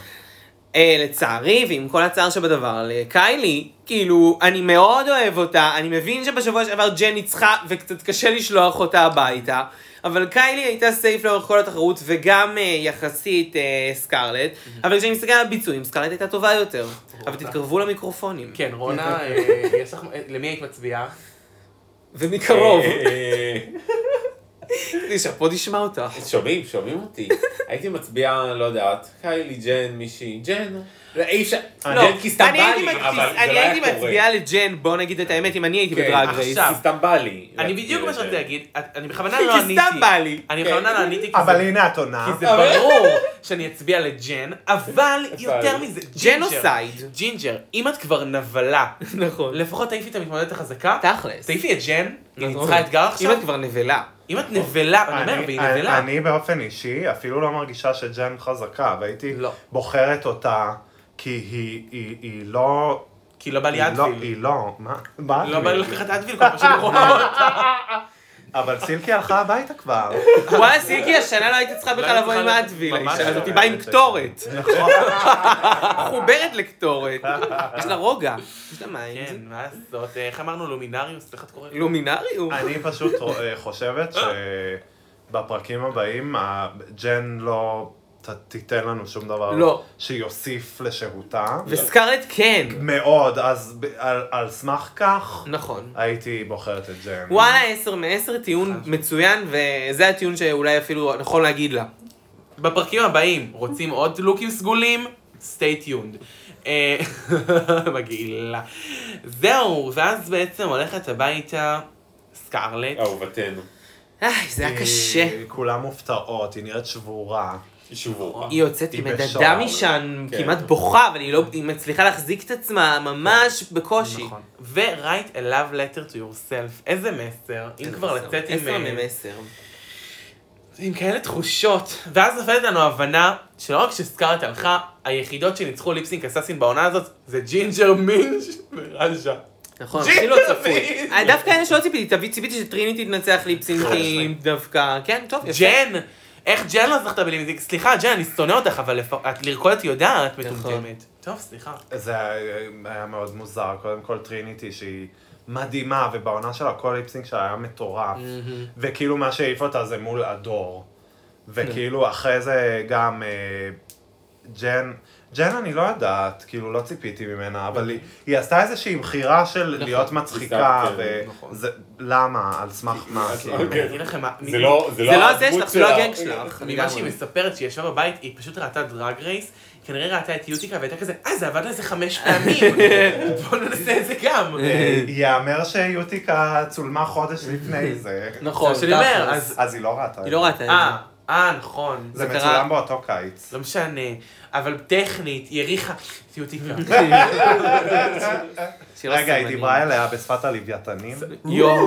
S2: אה, לצערי, ועם כל הצער שבדבר, לקיילי, כאילו, אני מאוד אוהב אותה, אני מבין שבשבוע שעבר ג'ן ניצחה, וקצת קשה לשלוח אותה הביתה, אבל קיילי הייתה סייף לאורך כל התחרות, וגם אה, יחסית אה, סקרלט, אבל כשאני מסתכל על הביצועים, סקרלט הייתה טובה יותר. אבל תתקרבו למיקרופונים,
S3: כן, רונה, אה, יש לך, אה, למי היית מצביעה?
S2: ומקרוב,
S6: אה,
S2: כדי שפה תשמע אותך.
S6: שומעים, שומעים אותי. הייתי מצביע, לא יודעת, קיילי, ג'ן, מישהי, ג'ן. לא, אי אפשר,
S2: לא,
S6: ג'ן כי סתם
S2: אני
S6: בא
S2: הייתי
S6: לי,
S2: מצביע-
S6: אבל זה
S2: אני
S6: לא
S2: הייתי
S6: היה קורה.
S2: מצביעה לג'ן, בוא נגיד את האמת, אם אני הייתי
S6: כן,
S2: בדרג רייס.
S6: עכשיו, כי סתם בא לי.
S3: אני
S6: להצביע
S3: בדיוק מה
S6: לג'ן.
S3: שרציתי להגיד, את- אני בכוונה לא
S2: כי
S3: עניתי.
S2: סתם בא לי.
S3: אני
S6: כן.
S3: בכוונה לא עניתי, כי
S5: אבל
S3: זה-
S5: הנה את
S3: כי
S2: אה,
S5: עונה.
S6: אה,
S3: זה ברור שאני אצביע לג'ן, אבל יותר מזה, ג'ינג'ר.
S2: ג'נוסייד.
S3: ג'ינג'ר, אם את כבר נבלה,
S2: נכון.
S3: לפחות תעיפי את המתמודדת החזקה,
S2: תכלס.
S3: תעיפי את ג'ן, היא
S2: נכון.
S3: ניצחה אתגר עכשיו,
S2: אם את כבר נבלה.
S3: אם את נבלה, אני אומר,
S5: אני,
S3: והיא
S5: אני,
S3: נבלה.
S5: אני באופן אישי אפילו לא מרגישה שג'ן חזקה, והייתי
S3: לא.
S5: בוחרת אותה כי היא, היא, היא לא...
S3: כי לא בא לי
S5: היא לא-
S3: אדוויל.
S5: היא לא, מה? מה?
S3: לא
S5: את
S3: בא לי
S5: אומרת?
S3: לקחת אדוויל כל פעם שאני רואה אותה.
S5: אבל סילקי הלכה הביתה כבר.
S2: וואלה, סילקי, השנה לא הייתי צריכה בכלל
S3: הייתי
S2: לבוא עם
S3: צריכה-
S2: אדוויל.
S3: ממש
S2: האישה
S3: לא.
S2: הזאת היא באה עם קטורת.
S5: נכון.
S2: מחוברת לקטורת. יש לה רוגע. יש לה
S3: כן,
S2: מיינד.
S3: מה לעשות, איך אמרנו לומינריוס, איך את קוראת? לו?
S2: לומינריום.
S5: אני
S2: אה.
S5: פשוט רוא- אה, חושבת שבפרקים הבאים, ה- ג'ן לא ת- תיתן לנו שום דבר
S2: לא.
S5: שיוסיף לשהותה.
S2: וסקארלט כן.
S5: מאוד, אז ב- על, על סמך כך
S2: נכון.
S5: הייתי בוחרת את ג'רמי.
S2: וואלה, 10 מ-10, טיעון מצוין, וזה הטיעון שאולי אפילו נכון להגיד לה.
S3: בפרקים הבאים רוצים עוד לוקים סגולים? stay tuned. אה, מגעילה. זהו, ואז בעצם הולכת הביתה סקארלט.
S6: אה, אהובתנו.
S2: איי, זה
S5: אה,
S2: היה קשה.
S5: היא- כולם מופתעות, היא נראית שבורה.
S6: שוב,
S2: היא יוצאת עם
S5: היא
S2: מדדה
S5: בשער.
S2: משם,
S6: כן.
S2: כמעט בוכה, אבל היא לא, היא מצליחה להחזיק את עצמה ממש בקושי.
S3: נכון. ו-write a love letter to yourself. איזה מסר, אם כבר לצאת עם...
S2: כן, עשר
S3: אה,
S2: ממסר.
S3: עם כאלה תחושות. ואז נופלת לנו הבנה שלא רק שסקארט הלכה, היחידות שניצחו ליפסינק אסאסין בעונה הזאת זה ג'ינג'ר מינג' ורז'ה.
S2: נכון,
S3: ג'ינג'ר
S2: הכי לא צפוי.
S3: מינג'.
S2: אה, דווקא אלה שלא ציפיתי, תביא- ציפיתי שטריניטי תנצח ליפסינקים דווקא, כן, טוב, יפה.
S3: ג'ן! איך ג'ן לא זכתה בלימזיק? סליחה, ג'ן, אני שונא אותך, אבל לפ- את לרקוד את יודעת,
S2: נכון.
S3: מטומטמת. טוב, סליחה.
S5: זה היה- היה מאוד מוזר, קודם כל טריניטי שהיא מדהימה, ובעונה שלה כל ליפסינג שלה היה מטורף, וכאילו מה שהעיף אותה זה מול הדור,
S2: כן.
S5: וכאילו אחרי זה גם אה, ג'ן, ג'ן אני לא יודעת, כאילו לא ציפיתי ממנה, אבל
S2: אוקיי.
S5: היא- היא עשתה איזושהי בחירה של
S2: נכון.
S5: להיות מצחיקה,
S6: כן,
S5: וזה, למה, על סמך מה, כאילו.
S3: אני אגיד לכם מה...
S6: זה לא, זה לא
S2: זה לא
S6: הדמות
S2: הזה שלך, זה לא
S6: שלה.
S2: הגג שלך.
S3: ממה שהיא מספרת שהיא ישבה בבית, היא פשוט ראתה דרג רייס, היא כנראה ראתה את יוטיקה והייתה כזה, אה, זה עבד לה איזה חמש פעמים, בוא ננסה את זה גם.
S2: אה,
S5: ייאמר שיוטיקה צולמה חודש לפני זה,
S2: נכון,
S3: שאני אומר,
S2: תכלס.
S3: אז...
S5: אז היא לא ראתה את
S2: היא
S5: זה.
S2: לא ראתה את
S3: אה,
S2: זה.
S3: אה, נכון.
S5: זה
S2: זה קרה-
S5: מצולם באותו קיץ.
S3: לא משנה, אבל טכנית, היא הריחה את יוטיקה.
S2: שהיא לא
S5: רגע, היא
S2: סמנית.
S5: דיברה אליה בשפת הלוויתנים.
S2: יואו,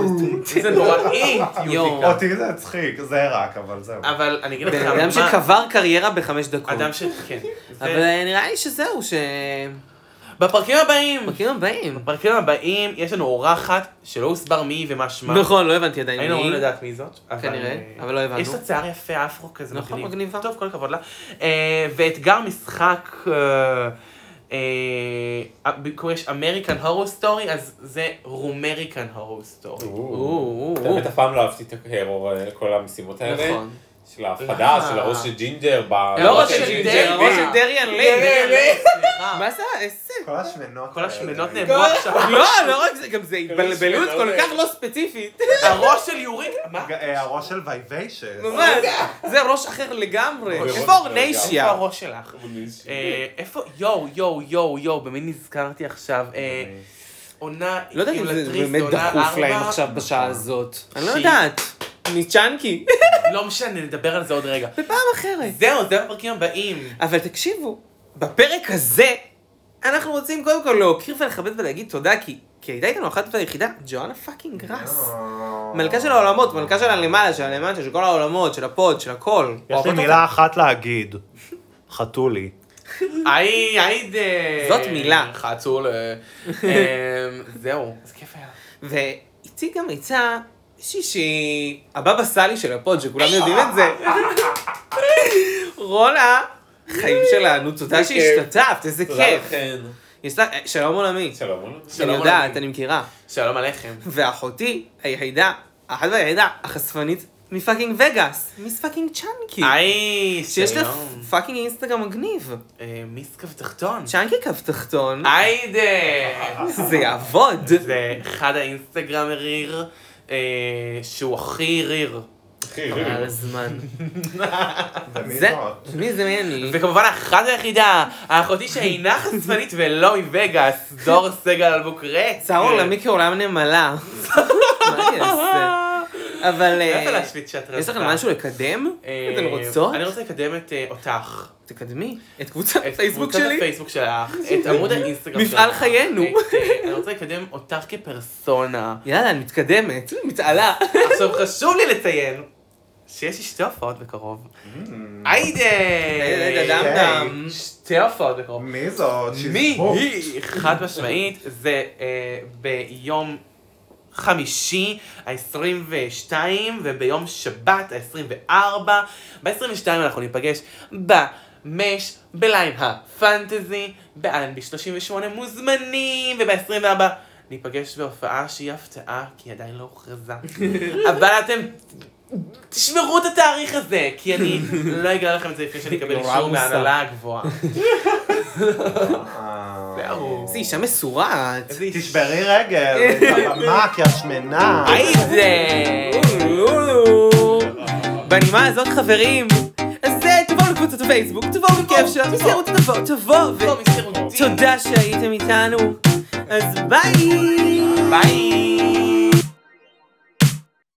S3: זה נוראי,
S2: יואו.
S3: יוטיקה.
S5: אותי זה הצחיק, זה רק, אבל זהו.
S3: אבל אני אגיד לך
S2: בן אדם
S3: מה...
S2: שקבר קריירה בחמש דקות.
S3: אדם ש... כן. זה-
S2: אבל אה, נראה לי שזהו, ש...
S3: בפרקים הבאים!
S2: בפרקים הבאים.
S3: בפרקים הבאים יש לנו אורחת שלא הוסבר מי היא ומה שמה.
S2: נכון, לא הבנתי עדיין.
S3: היינו
S2: מי.
S3: אמורים לדעת מי זאת. אבל- אה,
S2: כנראה, אבל לא הבנו.
S3: יש לה שיער יפה, אפרו כזה
S2: נכון, מגניבה.
S3: טוב, כל הכבוד לה. אה, ואתגר משחק, אה, אה, ביקור יש אמריקן הורו סטורי, אז זה רומריקן הורו סטורי.
S6: או,
S2: או, או, או.
S6: באמת אף פעם לא אהבתי את ההרור, אה, כל המשימות האלה.
S2: נכון.
S6: של ההפחדה, של הראש של ג'ינג'ר. ב-
S2: הראש אה. לא של
S3: של
S2: דריאן
S3: דריאן.
S2: של דריאן לי.
S3: דריאן לי. סליחה.
S2: מה זה? איזה...
S5: כל השמנות
S3: כל השמנות
S5: האלה.
S3: נאמרו עכשיו.
S2: אה. לא, לא רק זה, גם זה התבלבלות
S6: שמנות
S2: כל
S6: האלה.
S2: כך לא ספציפית.
S3: הראש של יוריק, מה?
S5: ג- אה, הראש של וייביישס.
S2: ממש. זה ראש אחר לגמרי.
S6: ראש
S2: איפה
S6: אחר
S3: איפה
S2: אורניישיה?
S3: הראש שלך?
S6: קומוניסט.
S3: אה, איפה, יואו, יואו, יואו, יואו, במי נזכרתי עכשיו? אה, עונה,
S2: לא יודעת אם זה
S3: אימולטריסט,
S2: באמת
S3: עונה
S2: דחוף
S3: ארבע.
S2: להם עכשיו בשעה הזאת. אני לא
S3: שהיא-
S2: יודעת. מצ'אנקי.
S3: לא משנה, נדבר על זה עוד רגע.
S2: בפעם אחרת.
S3: זהו, זה הפרקים הבאים.
S2: אבל תקשיבו, בפרק הזה אנחנו רוצים קודם כל להוקיר ולכבד ולהגיד תודה, כי כי הייתה איתנו אחת והיחידה, ג'ואנה פאקינג גראס.
S5: אה.
S2: מלכה של העולמות, מלכה של הלמעלה, של הלמטה, של כל העולמות, של הפוד, של הכל.
S5: יש לי מילה אחת להגיד. חתולי.
S3: היי, היי דה.
S2: זאת מילה.
S3: חצול. אה, אה, זהו, זה כיף היה.
S2: ואיתי גם הייתה מישהי שהיא הבבא סאלי של הפוד, שכולם יודעים את זה. רונה, חיים שלנו, תודה
S6: איזה כיף.
S2: שהשתתפת, איזה
S6: תודה
S2: אה, כיף.
S6: לכן.
S2: יש לה- שלום עולמי.
S6: שלום. אלון.
S2: אני
S3: שלום
S2: יודעת,
S3: עולמי.
S2: אני מכירה.
S3: שלום עליכם.
S2: ואחותי, היחידה, אחת והיחידה, החשפנית מפאקינג וגאס, מיס פאקינג צ'אנקי.
S3: היי,
S2: שיש לה
S3: שלום.
S2: פאקינג אינסטגרם מגניב.
S3: אה, מיס קו תחתון.
S2: צ'אנקי קו תחתון,
S3: היי דה.
S2: זה יעבוד.
S3: זה אחד האינסטגרם ריר, אה, שהוא הכי ריר.
S6: אחי,
S2: על הזמן.
S5: ומי
S2: זה,
S5: זאת?
S2: מי זה מי אני?
S3: וכמובן האחת היחידה, האחותי שאינה חשפנית ולא מווגאס, דור סגל אלבוקרט.
S2: צר עולמי כעולם נמלה. מה אני אעשה? אבל
S3: לא
S2: אה,
S3: יכול אה, להשוויץ שאת רצה.
S2: יש לכם משהו לקדם?
S3: אה,
S2: אתן רוצות?
S3: אני רוצה לקדם את אה, אותך.
S2: תקדמי. את קבוצת
S3: את
S2: הפייסבוק
S3: קבוצת
S2: שלי?
S3: הפייסבוק שלך, את עמוד האינסטגרם שלך.
S2: מפעל חיינו.
S3: את, אה, אני רוצה לקדם אותך כפרסונה.
S2: יאללה, אני מתקדמת. מתעלה.
S3: עכשיו חשוב לי לציין שיש לי שתי הופעות בקרוב. היידה!
S2: רגע, דם דם.
S3: שתי הופעות בקרוב.
S5: מי זאת?
S3: מי
S5: שיזבוק.
S3: היא? חד משמעית, זה אה, ביום חמישי ה-22 וביום שבת ה-24. ב-22 אנחנו ניפגש במש בלייב הפנטזי, באלנבי 38 מוזמנים, וב-24 ניפגש בהופעה שהיא הפתעה, כי היא עדיין לא הוכרזה. אבל אתם תשמרו את התאריך הזה, כי אני לא אגלה לכם את זה לפני שאני אקבל
S2: נורא
S3: אישור
S2: מוסר.
S3: מההנהלה הגבוהה.
S5: אה,
S3: זהו.
S2: איזה אישה מסורעת.
S3: איזה איש-
S5: תשברי רגל, מה, כי את שמנה.
S2: היידה! אולו. בנימה הזאת חברים, אז אה, תבואו לקבוצת הפייסבוק, תבואו בכיף שלנו, תסיירו תבואו, תבואו, ו-
S3: טוב, מסתכלים.
S2: תודה שהייתם איתנו, אז ביי! ביי!